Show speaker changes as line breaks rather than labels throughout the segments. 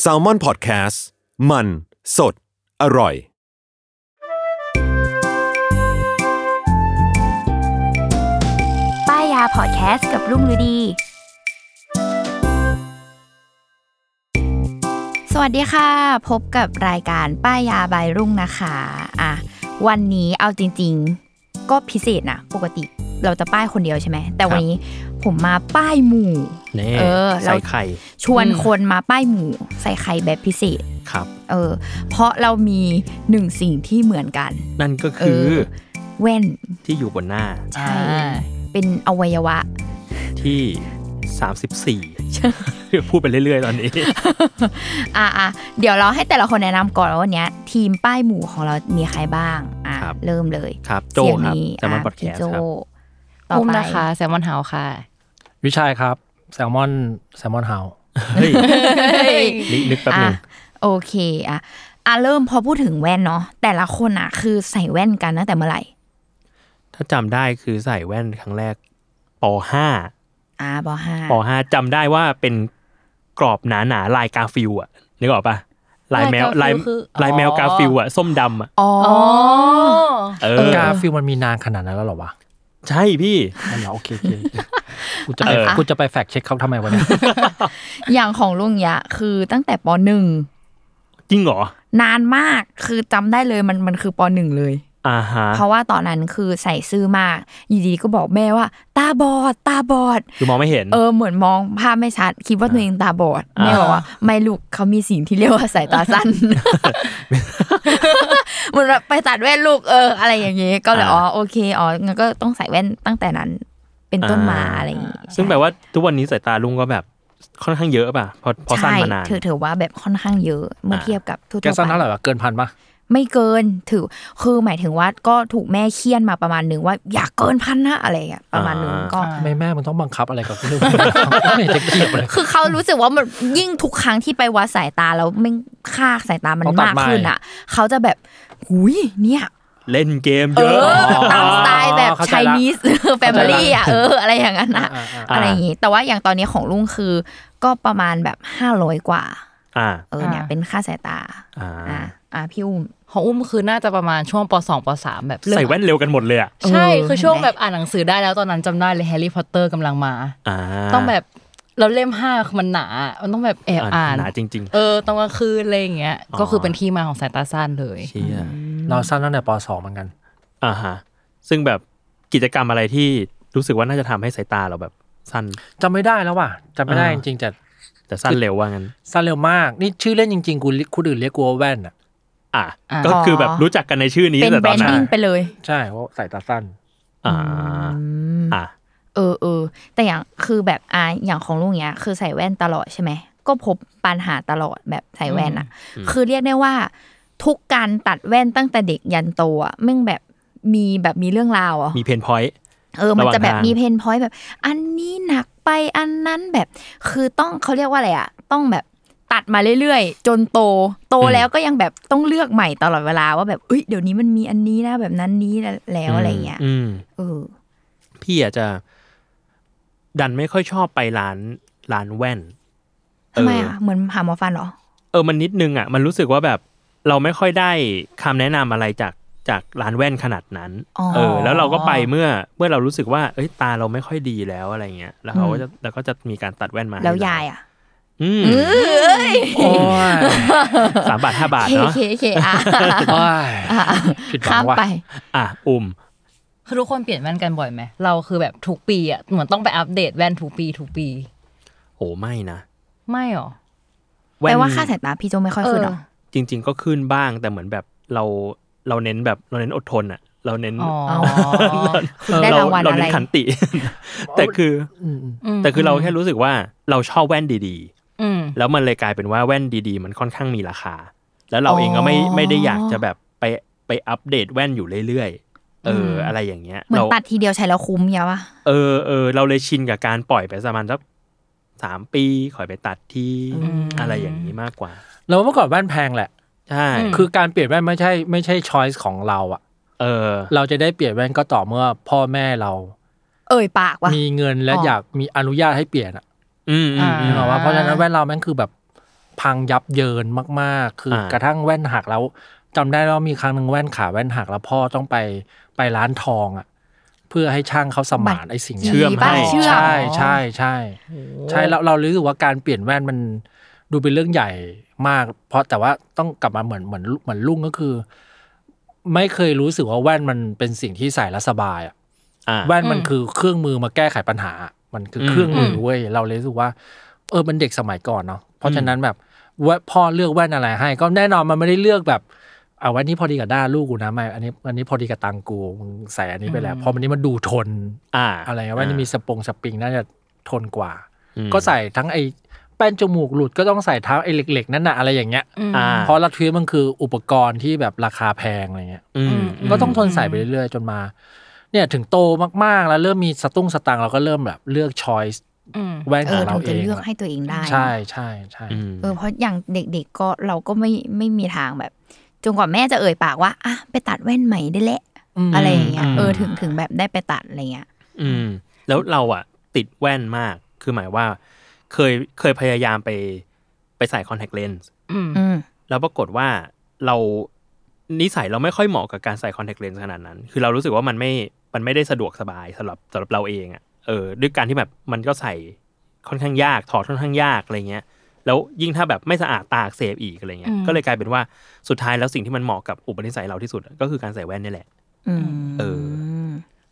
แซลมอนพอดแคสต์มันสดอร่อย
ป้ายยาพอดแคสต์กับรุ่งฤดี สวัสดีค่ะ พบกับรายการป้ายยาบายรุ่งนะคะอ่ะวันนี้เอาจริง ๆ ก็พิเศษนะ ปกติเราจะป้ายคนเดียวใช่ไหม แต่วันนี้ผมมาป้ายหมู่
แน่
เออเรา
ใส่ไข่
ชวนคนมาป้ายหมู่ใส่ไข่แบบพิเศษ
ครับ
เออ เพราะเรามีหนึ่งสิ่งที่เหมือนกัน
นั่นก็คือ
เออ แว่น
ที่อยู่บนหน้า
ใช่เป็นอวัยวะ
ที่ 34 พูดไปเรื่อยๆ ตอน นี้
อ่ะอ่ะเดี๋ยวเราให้แต่ละคนแนะนำก่อนว่าวันเนี้ย ทีมป้ายหมู่ของเรามีใครบ้าง อ่ะ
ครับ
เริ่มเลย
ครับ โจ
เสียง
ครับ
นี้
แต่มัน
อ่ะ
พอดแคส
พี่โจ
ต์ครับ
ต่อ
อุ้ม
ไป
นะคะแซลมอนเฮาค่ะ
วิชัยครับ แซลมอนแซลมอนเฮา
เฮ้ย นี่นึกแป๊บหนึ
อ่ะ
ง
โอเคอ่ะอ่ะเริ่มพอพูดถึงแว่นเนาะแต่ละคนอ่ะ คือใส่แว่นกันตั้งแต่เมื่อไหร่
ถ้าจำได้คือใส่แว่นครั้งแรกป .5
อ่ะปห้า
ป .5 จำได้ว่าเป็นกรอบหนาๆ ลายกาฟิวอะนึกออกปะลายแมวลา
ลาย ยกาฟิลคือ
ลายแมวกาฟิวอะส้มดำอะ
อ๋อ
เออก
าฟิลมันมีนานขนาดนั้นแล้วเหรอวะ
ใช่พี่
นั่นเหรอโอเคโอเคกูจะไป
เออ
กูจะไปแฟกเช็คเขาทำไมวะเนี่ย
อย่างของลุงยะ คือตั้งแต่ปหนึ่ง
จริงเหรอน
านมากคือจำได้เลยมันมันคือปหนึ่งเลย
อ่าฮะ
เพราะว่าตอนนั้นคือใส่ซื่อมากอยีดีๆก็บอกแม่ว่า ตาบอด ตาบอด
คือมองไม่เห็น
เออเหมือนมองภาพไม่ชัด คิดว่าตัวเองตาบอด
อ่า
แม่บอกว่าไม่ลูกเขามีสิ่งที่เรียกว่าสายตาสั้น เหมือนแบบไปตัดแว่นลูกเออ อะไรอย่างเงี้ยก็เลยอ๋อโอเคอ๋องั้นก็ต้องใส่แว่นตั้งแต่นั้น เป็นต้นมาอะไรอย่างงี้
ซึ่งแปลว่าทุกวันนี้สายตาลุงก็แบบค่อนข้างเยอะป่ะพอพอสั้น
ใช่
มานาน
ถือถือว่าแบบค่อนข้างเยอะเมื่อ
อ่า
เทียบกับทั่วๆ
แกสั้น
ไป
เท่าไหร่วะเกินพันปะ
ไม่เกินถือคือหมายถึงว่าก็ถูกแม่เคี่ยนมาประมาณหนึ่งว่าอย่าเกินพันนะอะไรอย่างเงี้ยประมาณหนึ่งก็
ทำไม่แม่มึงต้องบังคับอะไรกับเรื่อง ไม่จะ เกี่ยวเลย
คือเขารู้สึกว่ามันยิ่งทุกครั้งที่ไปวัดสายตาแล้วไม่งค่าสายตามัน
เขาตัด
มากขึ้น
ใหม่
อ่ะ เขาจะแบบหุยเนี่ย
เล่นเกม
เอ
เยอะ
อตามสไตล์แบบ
เข้า
ไช
ใจละ
นีสแฟมิลี่อ่ะเอออะไรอย่างนั้นอะ
อ่าอ่าอ่า
อะไรอย่างงี้แต่ว่าอย่างตอนนี้ของลุงคือ ก็ประมาณแบบห้าร้อยกว่า
อ่า
เออเนี่ย
อ่า
เป็นค่าสายตา
อ่า
อ่าอ่าพี่อุ้ม
ของอุ้มคือน่าจะประมาณช่วงป .2 ป .3 แบบเริ่ม
ใส่แว่นเร็วกันหมดเลยอ่ะ
ใช่
เออ
คือช่วงแบบอ่านหนังสือได้แล้วตอนนั้นจำได้เลยแฮร์รี่พอตเตอร์กำลังมา
า
ต้องแบบเราเล่มห้ามันหนา มันต้องแบบแอบอ่าน
หนาจริง
เออตอนกลางคืนอะไรอย่างเงี้ย
อ๋อ
ก็คือเป็นที่มาของสายตาสั้นเลย
ๆเชี่ย
เราสั้นตั้งแต่ปสองเหมือนกัน
อ่าฮะซึ่งแบบกิจกรรมอะไรที่รู้สึกว่าน่าจะทำให้สายตาเราแบบสั้น
จำไม่ได้แล้วว่ะจำไม่ได้
อ่า
จริงๆแต่
แต่สั้นเร็วว่างั้น
สั้นเร็วมาก นี่ชื่อเล่นจริงๆกูคนอื่นเรียกกูว่าแว่นอ่ะ
อ่ะ
อ่า
ก็คือแบบรู้จักกันในชื่อนี้
เป็น
แต่
แบ
ต
ร
อน
น
นั้น
ดิ้งไปเลย
ใช่เพราะสายตาสั้น
อ่าอ่ะ
เออเออแต่อย่างคือแบบอ่าอย่างของลุงเนี้ย คือใส่แว่นตลอดใช่ไหมก็พบปัญหาตลอดแบบใส่แว่นอะคือเรียกได้ว่า ทุกการตัดแว่นตั้งแต่เด็กยันโตอะแม่งแบบมีแบบมีเรื่องราวอ่ะ
มีเพนพอยต์
เออมันจะแบบ
ระหว่างทาง
มีเพนพอยต์แบบ อันนี้หนักไปอันนั้นแบบ คือต้องเขาเรียกว่าอะไรอะต้องแบบตัดมาเรื่อยๆ จนโต โตแล้วก็ยังแบบต้องเลือกใหม่ตลอดเวลาว่าแบบเอ้ยเดี๋ยวนี้มันมีอันนี้นะแบบนั้นนี้แล้วอะไรอย่างเงี้ย
อืม
เออ
พี่อาจจะ ดันไม่ค่อยชอบไปร้านร้านแว่น
ทำไมอ่ะเหมือนหาหมอฟันเหรอ
เออมันนิดนึงอ่ะมันรู้สึกว่าแบบเราไม่ค่อยได้คำแนะนำอะไรจากจากร้านแว่นขนาดนั้น
อ๋อ
เออ แล้วเราก็ไปเมื่อเมื่อเรารู้สึกว่า เอ้ยตาเราไม่ค่อยดีแล้วอะไรเงี้ย แล้วเขาก็จะแล้วก็จะมีการตัดแว่นมาให้
แล้ว
เร
ยายอ่ะ
อืม
โอ้ย
สามบาทห้าบาท
เค
เนาะ
เคเคอ่ะ
โอ้ย
อ่ะ
ผิดหวัง
ข้า
ว่ะ
มไป
อ่ะอุ่ม
คือทุกคนเปลี่ยนแว่นกันบ่อยไหมเราคือแบบทุกปีอ่ะเหมือนต้องไปอัปเดตแว่นทุกปีทุกปี
โอ้ไม่นะ
ไม่หรอ
แปลว่าค่าสายตาพี่โจไม่ค่อยขึ้นหรอ
เออ
จริง ๆ ก็ขึ้นบ้างแต่เหมือนแบบเราเราเน้นแบบเราเน้นอดทนอะเราเน้น
อ๋อ
คุณได้รางวัล
เเเน้
อะ
น
ไร
ขันติ แต่คือ
อืม
อืม
แต่คือเราแค่รู้สึกว่าเราชอบแว่นดี
อืม
ๆ แล้วมันเลยกลายเป็นว่าแว่นดีๆ มันค่อนข้างมีราคา แล้วเราเองก็ไม่ไม่ได้อยากจะแบบไปไปอัปเดตแว่นอยู่เรื่อยๆเอออ
ม
อะไรอย่างเงี้ย
เหมือน
รา
ตัดทีเดียวใช้แล้วคุ้มเงี้ยาวะ
เออเออเราเลยชินกับการปล่อยไปประมาณสักสามปีขอยไปตัดที่อะไรอย่างนี้มากกว่า
เราเมื่อก่อนแว่นแพงแหละ
ใช่
อืม
คือการเปลี่ยนแว่นไม่ใช่ไม่ใช่ช้อยส์ของเราอะ
เออ
เราจะได้เปลี่ยนแว่นก็ต่อเมื่อพ่อแม่เรา
เอ่ยปากวะ
มีเงินและ
อ๋อ
อ
อ
ยากมีอนุญาตให้เปลี่ยนอะ
อืมอืม
อ่า
อื
นึ
ม
กออกว่าเพราะฉะนั้นแว่นเราแม่งคือแบบพังยับเยินมาก ๆ คืออา กระทั่งแว่นหักแล้วจำได้ว่ามีครั้งหนึ่งแว่นขาแว่นหักแล้วพ่อต้องไปไปร้านทองอะเพื่อให้ช่างเขาสมานไอ้สิ่งนี้ย
เชื่อมให้
เชื่อม
ใช่ใช่ใช่ใช่เราเรารู้สึกว่าการเปลี่ยนแว่นมันดูเป็นเรื่องใหญ่มาก เพราะแต่ว่าต้องกลับมาเหมือนเหมือนเหมือนลุงก็คือ ไม่เคยรู้สึกว่าแว่นมันเป็นสิ่งที่ใส่แล้วสบายอะ
อ่า
แว่นมัน
อืม
คือเครื่องมือมาแก้ไขปัญหา มันคืออ
ม
เครื่องมืออเว้ย เราเลยรู้สึกว่า เออ มันเด็กสมัยก่อนเนาะ เพราะฉะนั้นแบบว่าพ่อเลือกแว่นอะไรให้ ก็แน่นอนมันไม่ได้เลือกแบบเอาวันนี้พอดีกับด้าลูกกูนะไม่ อันนี้อันนี้พอดีกับตังกูมึงใส่อันนี้ไปแล้วเพราะวันนี้มันดูทน
อ่า
อะไรเงี้ยแว่นนี่มีสปงสปริงน่าจะทนกว่า
อืม
ก็ใส่ทั้งไอ้แป้นจมูกหลุดก็ต้องใส่เท้าไอ้เหล็กๆนั่นน่ะอะไรอย่างเงี้ย
อ่า
เพราะลัทธิมันคืออุปกรณ์ที่แบบราคาแพงอะไรเงี้ย
อืม
ก็ต้องทนใส่ไปเรื่อยๆ จนมา เนี่ยถึงโตมากๆ แล้วเริ่มมีสตุ้งสตางค์เราก็เริ่มแบบเลือกช้อยส์
อืม
แว่น
เอ
ขอ
อง
เรา
เรา
เอ
จะ
ง
เลือก
อะ
ให้ตัวเองได้
ใช่ใช่ใช่
อืม
เออเพราะอย่างเด็กๆก็เราก็ไม่ไม่มีทางแบบ จนกว่าแม่จะเอ่ยปากว่าอ่ะไปตัดแว่นใหม่ได้แหละ
ม
อะไรอย่างเงี้ยเออถึงถึงแบบได้ไปตัดอะไรเงี้ย
อืมแล้วเราอ่ะ ติดแว่นมากคือหมายว่า เคยเคยพยายามไปไปใส่คอนแทคเลนส์
อืม
อืม
แล้วปรากฏว่าเรานิสัยเราไม่ค่อยเหมาะกับการใส่คอนแทคเลนส์ขนาดนั้น คือเรารู้สึกว่ามันไม่ มันไม่ได้สะดวกสบายสำหรับสำหรับเราเองอะ่ะ เออ ด้วยการที่แบบมันก็ใส่ค่อนข้างยาก ถอดค่อนข้างยากอะไรเงี้ย แล้วยิ่งถ้าแบบไม่สะอาดตาอักเสบอีกอะไรเงี้ย
อืม
ก็เลยกลายเป็นว่าสุดท้ายแล้วสิ่งที่มันเหมาะกับอุปนิสัยเราที่สุด ก็คือการใส่แว่นนี่แหละ
อืม
เออ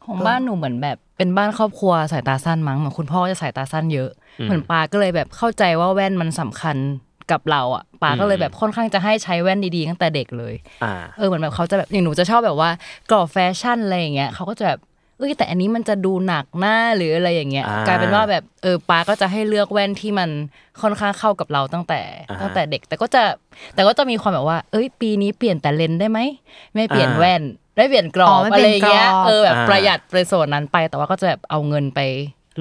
ของบ้านหนูเหมือนแบบเป็นบ้านครอบครัวสายตาสั้นมั้งเหมือนคุณพ่อจะสายตาสั้นเยอะ เหมือนปาก็เลยแบบเข้าใจว่าแว่นมันสำคัญกับเราอ่ะปาก็เลยแบบค่อนข้างจะให้ใช้แว่นดีๆตั้งแต่เด็กเลย
อ่า
เออเหมือนแบบเขาจะแบบอย่างหนูจะชอบแบบว่ากรอบแฟชั่นอะไรอย่างเงี้ยเขาก็จะแบบเอ้ยแต่อันนี้มันจะดูหนักหน้าหรืออะไรอย่างเงี้ย
อ่าก
ลายเป็นว่าแบบเออปาก็จะให้เลือกแว่นที่มันค่อนข้างเข้ากับเราตั้งแต่
อ่าฮะ
ตั้งแต่เด็ก แต่ก็จะแต่ก็จะมีความแบบว่า เอ้ย ปีนี้เปลี่ยนแต่เลนส์ได้ไหมไม่เปลี่ยน
อ่า
แว่นไม่เปลี่ยนกรอ
อ๋
บ
อไม่
อะ
เปลี่
ไร
ยนกรอบ
เงี้ยเออแบบ
อ่า
ประหยัดประส่วนนั้นไป แต่ว่าก็จะแบบเอาเงินไป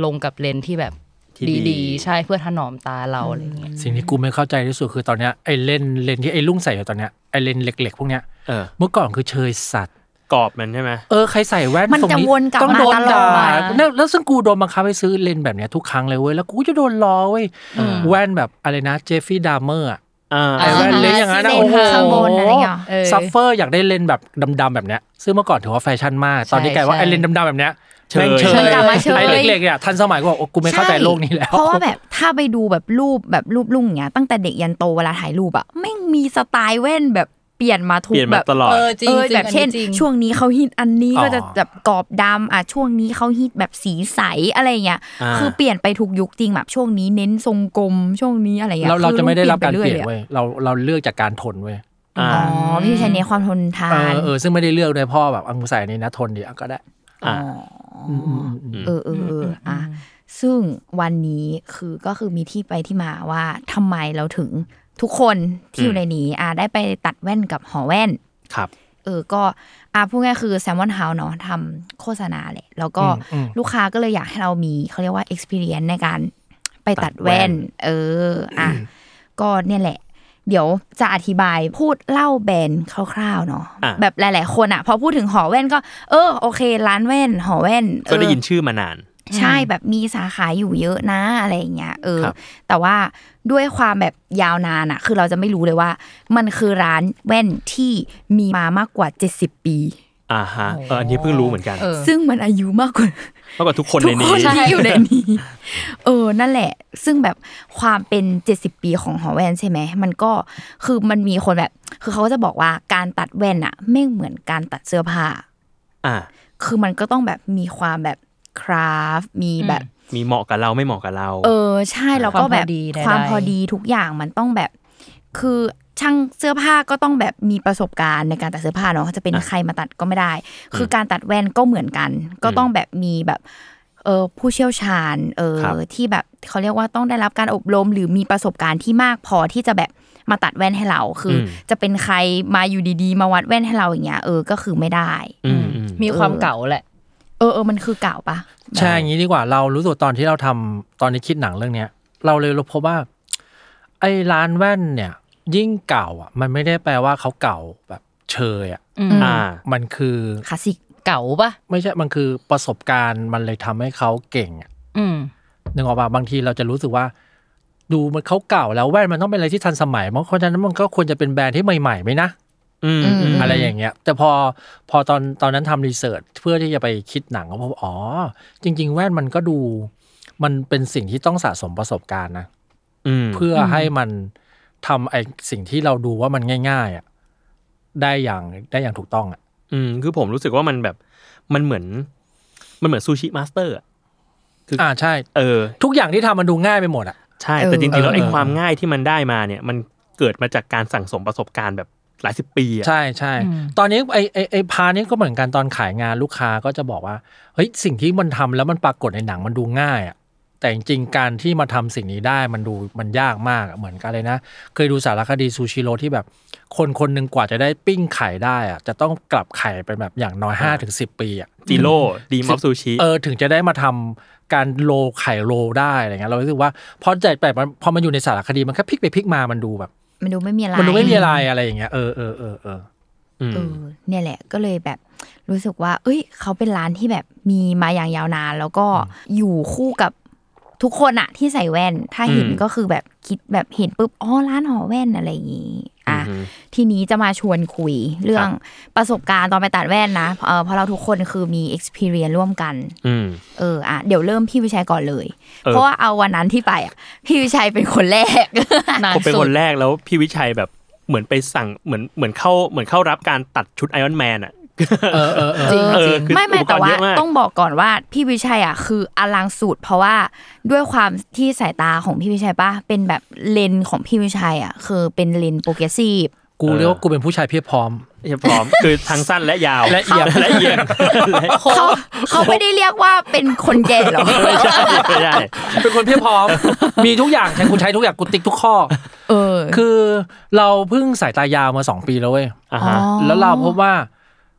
ลงกับเลนส์ที่แบบ
ที่ดี
ดีๆ ใช่เพื่อถนอมตาเราอะไรเงี้ย
สิ่งที่กูไม่เข้าใจที่สุดคือตอนเนี้ยไอ้เลนส์เลนส์ที่ไอ้ลุงใส่อยู่ตอนเนี้ยไอ้เลนส์เล็กๆ พวกเนี้ย
เออ
เมื่อก่อนคือเชยสัตว์
กรอบมันใช่ไหม
เออใครใส่แว่น
มัน
ทรง
จะวนกลับ
ต้อง
มา
โดน
ตลอ
ด่า
ด
แล้วแล้วซึ่งกูโดนบังคับให้ซื้อเลนส์แบบเนี้ยทุกครั้งเลยเว้ยแล้วกูจะโดนล้อเว้ยแว่นแบบอะไรนะเจฟฟี่ดามเมอร์อะ
อ่า
ไอ้แว่นเลนส์อย่างนั้นนะ
เล
โอ้
นส์
โห
ข้างบนอะไรเงี้ย
เออ
ซัฟเฟอร์อยากได้เลนส์แบบดำๆแบบเนี้ยซึ่งเมื่อก่อนถือว่าแฟชั่นมาก ตอนนี้
ใช่
กลายว่า
ใช่
ไอ้เลนส์ดำๆแบบเนี้ย
เชย
แม่งเช
เชย
ย
กลับมาเชย
ไอ้เล็กๆเนี่ยทันสมัยก็บอกโอ้กูไม่เข้าใจโลกนี้แล้ว
เพราะว่าแบบถ้าไปดูแบบรูปแบบรูปลุงอย่างเงี้ยตั้งแต่เด็กยันโตเวลาถ่ายรูปอะแม่งมีสไตล์แว่นแบบเปลี่ยนมาทุก
เปลี่ยน
แบ
มา
บ
ตลอด
เออจริง
เออ
จริง
แบบเช่น
อัจริง
ช่วงนี้เขาฮิตอันนี้
อ๋อ
ก็จะแบบกรอบดำอ่ะช่วงนี้เขาฮิตแบบสีใสอะไรเงี้ย
อ่า
คือเปลี่ยนไปทุกยุคจริงแบบช่วงนี้เน้นทรงกลมช่วงนี้อะไรเงี้ย
เราเราจะไม่ได้รับการเปลี่ยน
คือ
เว้ยเราเราเลือกจากการทนเว้ย
อ่า
อ๋อพี่ใช้เน้นความทนทา
เออน เออซึ่งไม่ได้เลือกเลยพ่อแบบเอากูใส่อันนี้นะทนดีเอาก็ได้
อ่า
มๆ
เออเออเอออ่ะซึ่งวันนี้คือก็คือมีที่ไปที่มาว่าทำไมเราถึงทุกคนที่อยู่ในนี้อ่ะได้ไปตัดแว่นกับหอแว่น
ครับ
เออ ก็อ่ะพูดง่ายๆคือแซมมอนเฮาเนาะทำโฆษณาแหละ แล้วก็ลูกค้าก็เลยอยากให้เรามีเขาเรียกว่า experience ในการไปตัดแว่น เออ อ่ะ ก็เนี่ยแหละ เดี๋ยวจะอธิบายพูดเล่าแบรนด์คร่าวๆเนาะ
อ่ะ
แบบหลาย ๆ คนอ่ะ พอพูดถึงหอแว่นก็ เออ โอเค ร้านแว่น หอแว่น
ก็ได้
เออ
ยินชื่อมานาน
ใช่แบบมีสาขาอยู่เยอะนะอะไรอย่างเงี้ยเออ
ครับ
แต่ว่าด้วยความแบบยาวนานอะคือเราจะไม่รู้เลยว่า มันคือร้านแว่นที่มีมามากกว่า 70 ปี
อ่าฮะเอออันนี้เพิ่งรู้เหมือนกัน
เออ
ซึ่งมันอายุมากกว่า
มากกว่าทุกคน
ทุ
ใน
ก
นี้
คนที่อยู่ในนี้ เออ นั่นแหละ ซึ่งแบบความเป็นเจ็ดสิบปีของหอแว่นใช่ไหม มันก็คือมันมีคนแบบ คือเขาก็จะบอกว่าการตัดแว่นอะไม่เหมือนการตัดเสื้อผ้า
อ่า
คือมันก็ต้องแบบมีความแบบคราฟมีแบบ
มีเหมาะกับเราไม่เหมาะกับเรา
เออ ใช่แล้ว
ความ
ก็
พอ
แบบ
ดีใดๆ
ความพอดีทุกอย่างมันต้องแบบ คือช่างเสื้อผ้าก็ต้องแบบมีประสบการณ์ในการตัดเสื้อผ้าเนาะจะเป็น
อ่ะ
ใครมาตัดก็ไม่ได้ คือการตัดแว่นก็เหมือนกัน ก็ต้องแบบมีแบบเออผู้เชี่ยวชาญเออ
ครับ
ที่แบบเขาเรียกว่าต้องได้รับการอบรมหรือมีประสบการณ์ที่มากพอที่จะแบบมาตัดแว่นให้เรา คืออจะเป็นใครมาอยู่ดีๆ มาวัดแว่นให้เราอย่างเงี้ยเออก็คือไม่ได้
อืมอืม
มีความเก่าแหละ
เออเออมันคือเก่าปะ
ใช่อย่างนี้ดีกว่าเรารู้สึกตอนที่เราทำตอนนี้คิดหนังเรื่องเนี้ย เราเลยรู้พบว่า ไอ้ร้านแว่นเนี่ย ยิ่งเก่าอ่ะ มันไม่ได้แปลว่าเขาเก่าแบบเชยอ่ะ
อืม
อืม
อ่า
มันคือ
คลาสสิก
เก่าปะ
ไม่ใช่มันคือประสบการณ์มันเลยทำให้เขาเก่งอะ
อืม
นึกออกปะบางทีเราจะรู้สึกว่า ดูมันเขาเก่าแล้วแว่นมันต้องเป็นอะไรที่ทันสมัยเพราะฉะนั้นมันก็ควรจะเป็นแบรนด์ที่ใหม่ๆไหมนะ
อืมอืม
อะไรอย่างเงี้ยแต่พอพอตอนตอนนั้นทำรีเสิร์ชเพื่อที่จะไปคิดหนังก็พบอ๋อ จริง ๆ แว่นมันก็ดู มันเป็นสิ่งที่ต้องสะสมประสบการณ์นะ
อืม
เพื่อให้มันทำไอสิ่งที่เราดูว่ามันง่ายๆอะได้อย่างได้อย่างถูกต้องอะ
อืมคือผมรู้สึกว่ามันแบบมันเหมือน มันเหมือนซูชิมาสเตอร์อะคืออ
อ่าใช่
เออ
ทุกอย่างที่ทำมันดูง่ายไปหมดอะ
ใช่
เออ
แต่จริงๆแล้วไอ้
เออ
ความง่ายที่มันได้มาเนี่ย มันเกิดมาจากการสั่งสมประสบการณ์แบบหลายสิบปีอ่ะ
ใช่ใช่
อืม
ตอนนี้ไอไอไอพาร์ทนี้ก็เหมือนกันตอนขายงานลูกค้าก็จะบอกว่าเฮ้ยสิ่งที่มันทำแล้วมันปรากฏในหนังมันดูง่ายอะแต่จริงๆการที่มาทำสิ่งนี้ได้มันดูมันยากมากอะเหมือนกันเลยนะ เคยดูสารคดีซูชิโร่ที่แบบ คนคนหนึ่งกว่าจะได้ปิ้งไข่ได้อะจะต้องกลับไข่ไปแบบอย่างน้อย5้าถึงสิปีอะ
จิโร่ดีมอฟซูชิ
เออถึงจะได้มาทำการโลไข่โลได้อะไรเงี้ยเรารู้สึกว่าพอใจแบบมันพอมันอยู่ในสารคดีมันแค่พลิกไปพลิกมามันดูแบบ
มันดูไม่มีอะไร
มันดูไม่มีอะไรอะไรอย่างเงี้ยเออเออเออเออ
อืม
เออเนี่ยแหละก็เลยแบบรู้สึกว่า เอ้ย เขาเป็นร้านที่แบบมีมาอย่างยาวนาน แล้วก็อยู่คู่กับทุกคนอะที่ใส่แว่น ถ้าเห็นก็คือแบบคิดแบบเห็นปุ๊บอ๋อร้านหอแว่นอะไรอย่างงี้อ่ะทีนี้จะมาชวนคุยเรื่องประสบการณ์ตอนไปตัดแว่นนะเออเพราะเราทุกคนคือมี experience ร่วมกัน
อืม
เอออ่ะเดี๋ยวเริ่มพี่วิชัยก่อนเลย
เออ
เพราะว่าเอาวันนั้นที่ไปอ่ะพี่วิชัยเป็นคนแรก
นาน
ผมเป็น
สุ
ค
ด
นแรกแล้วพี่วิชัยแบบเหมือนไปสั่งเหมือนเหมือนเข้าเหมือนเข้ารับการตัดชุดไอรอนแมนอ่ะ
เออเออเออ
จริง
เออ
จริง
คือ
ไม่ไม่
อุปก
แต่
รณ์
ว่า
เยอะมาก
ต้องบอกก่อนว่าพี่วิชัยอ่ะคืออลังสุดเพราะว่าด้วยความที่สายตาของพี่วิชัยป่ะเป็นแบบเลนส์ของพี่วิชัยอ่ะคือเป็นเลนส์โปรเกรสซีฟ
กูเรียกว่ากูเป็นผู้ชายเพียบพร้อม
เรียบพร้อม คือทั้งสั้นและยาว
และเอียง
และเอียงและ
เขาเขาไม่ได้เรียกว่าเป็นคนแก่หรอก
ไม่ใช่ไม่ใช่
เป็นคนเพียบพ ร้อม มีทุกอย่างใช้กูใช้ทุกอย่างกูติ๊กทุกข้อ
เออ
คือเราเพิ่งสายตายาวมาสองปีแล้วเว้ย
อ่าฮะ
แล้วเราพบว่า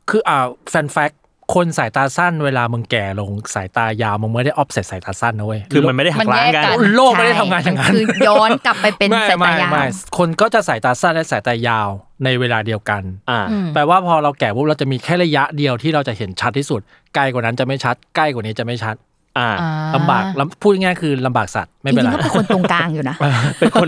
คืออ่าแฟนแฟกคนสายตาสั้นเวลามึงแก่ลงสายตายาวมึงไม่ได้ออฟเซตสายตาสั้นนะเว้ย
คือมันไม่ได้หักล้างกัน
มันแยกกัน
โลกไม่ได้ทำงานอย่างนั้น
ใช่คือย้อนกลับไปเป็น
ไม่
สายตา
ไม่
ยาว
ไม่คนก็จะสายตาสั้นและสายตายาวในเวลาเดียวกัน
อ่า
แปลว่าพอเราแก่ปุ๊บเราจะมีแค่ระยะเดียวที่เราจะเห็นชัดที่สุด ไกลกว่านั้นจะไม่ชัด ใกล้กว่านี้จะไม่ชัด
อ่า
อ่
ลำบากลำพูดง่ายๆคือลำบากสัตว์
จ
ไม่เป็น
ริ
ไร
งๆก็เป็นคนตรงกลางอยู่นะ
เป็นคน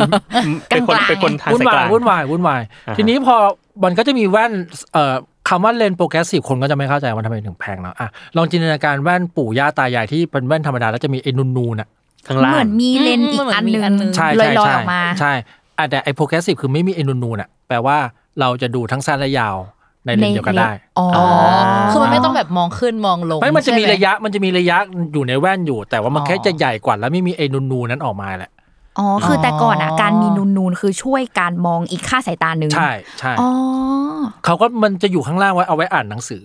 เป็นคน
กลางๆ
เป็นคนทาง
วุ่
สายว
นาก ย
ลาง
วุ่นวายวุ่นวาย
อ่าฮะ
ทีนี้พอมันก็จะมีแว่นเอ่อคำว่าเลนโปรแกรสซีฟคนก็จะไม่เข้าใจว่าทำไมถึงแพงเนาะอ่ะลองจินตนาการแว่นปู่ย่าตายายที่เป็นแว่นธรรมดาแล้วจะมีไอ้นูนๆน่ะ
ข้างล่า
เหมื
ง
อนมีเลนส์อีกอันหนึ่ง
อืมเหมือนมีอันหนึ่ง
ใช่
ลอยๆ
ใช่
อ
ใช่
อกมา
ใช่อ่ะแต่ไอ้โปรแกรสซีฟคือไม่มีไอ้นูนๆน่ะ แปลว่าเราจะดูทั้งสั้นและยาวในเลนเดียวกันได้
อ๋ออ
อ๋อคือมันไม่ต้องแบบมองขึ้นมองลง
ไม่มันจะมี
ใช่ไห
ระยะมันจะมีระยะอยู่ในแว่นอยู่ แต่ว่ามัน
อ๋อ
แค่จะใหญ่กว่าแล้วไม่มีไอ้นูนๆนั้นออกมาแหละ
อ๋อ คือแต่ก่อนอ่ะ
อ๋อ
การมีนูนนูนๆคือช่วยการมองอีกค่าสายตาหนึ่ง
ใช่ใช่
อ๋อ
เขาก็มันจะอยู่ข้างล่างไว้เอาไว้อ่านหนังสือ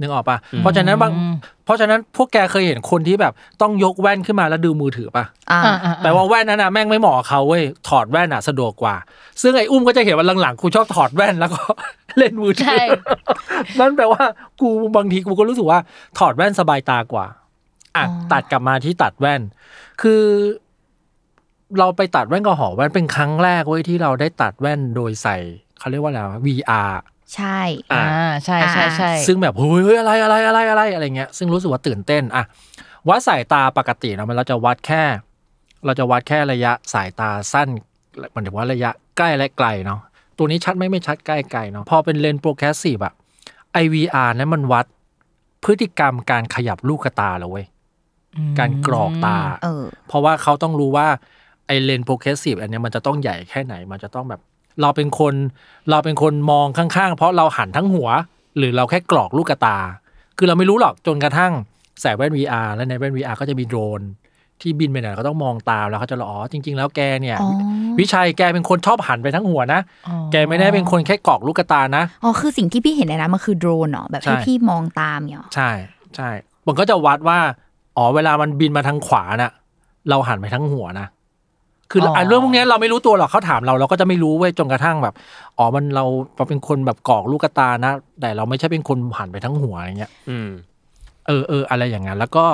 นึกออกปะเพราะฉะนั้นบางเพราะฉะนั้นพวกแกเคยเห็นคนที่แบบต้องยกแว่นขึ้นมาแล้วดูมือถือปะ
อ่า
อ่ะอ่ะ
แปลว่าแว่นนั้นน่ะแม่งไม่เหมาะกับเขาเว้ยถอดแว่นอ่ะสะดวกกว่า ซึ่งไอ้อุ้มก็จะเห็นว่าหลังๆกูชอบถอดแว่นแล้วก็ เล่นมือถือ
ใช่
นั่นแปลว่ากูบางทีกูก็รู้สึกว่าถอดแว่นสบายตากว่า อ่ะ
อ๋อ
ตัดกลับมาที่ตัดแว่น คือ เราไปตัดแว่นกับหอแว่นเป็นครั้งแรกเว้ยที่เราได้ตัดแว่นโดยใส่เขาเรียกว่าอะไรวะ VR
ใช่
อ่าใช่ใช่ใช่
ซึ่งแบบเฮ้ยอะไรอะไรอะไรอะไรอะไรเงี้ยซึ่งรู้สึกว่าตื่นเต้นอ่ะวัดสายตาปกติเนาะมันเราจะวัดแค่ เราจะวัดแค่ระยะสายตาสั้นหมันถึงว่าระยะใกล้และไกลเนาะตัวนี้ชัดไหม่ไม่ชัดใกล้ไกลเนาะพอเป็นเลนส์โปรแกรสซีฟอะ IVR นั้นมันวัด พฤติกรรมการขยับลูกกระตาเราเว้ยการกรอกตา
เออ
เพราะว่าเขาต้องรู้ว่า ไอเลนโปรเกรสซีฟอันเนี้ยมันจะต้องใหญ่แค่ไหน มันจะต้องแบบ เราเป็นคน เราเป็นคนมองข้างๆ เพราะเราหันทั้งหัว หรือเราแค่กรอกลูกกระตา คือเราไม่รู้หรอกจนกระทั่งใส่แว่น VR และในแว่น VR ก็จะมีโดรน ที่บินไปไหนเราก็ต้องมองตามแล้วเขาจะรู้อ๋อจริง ๆ แล้วแกเนี่ย
อ๋อ
วิชัยแกเป็นคนชอบหันไปทั้งหัวนะแกไม่ได้เป็นคนแค่กรอกลูกกระตานะ
อ๋อคือสิ่งที่พี่เห็นเลยนะมันคือโดรนเนาะแบบให้
ใช่
พี่มองตามเนี่ยหรอ
ใช่ใช่มันก็จะวัดว่า อ๋อ เวลามันบินมาทางขวาน่ะ เราหันไปทั้งหัวนะ คือ
ออ่
อะเรื่องพวกเนี้ยเราไม่รู้ตัวหรอกเขาถามเราเราก็จะไม่รู้เว้ยจนกระทั่งแบบ อ๋อ มันเราเราเป็นคนแบบกรอกลูกกระตานะ แต่เราไม่ใช่เป็นคนหันไปทั้งหัวอะไรเงี้ย
อืม
เออเอออะไรอย่างนั้น แล้วก็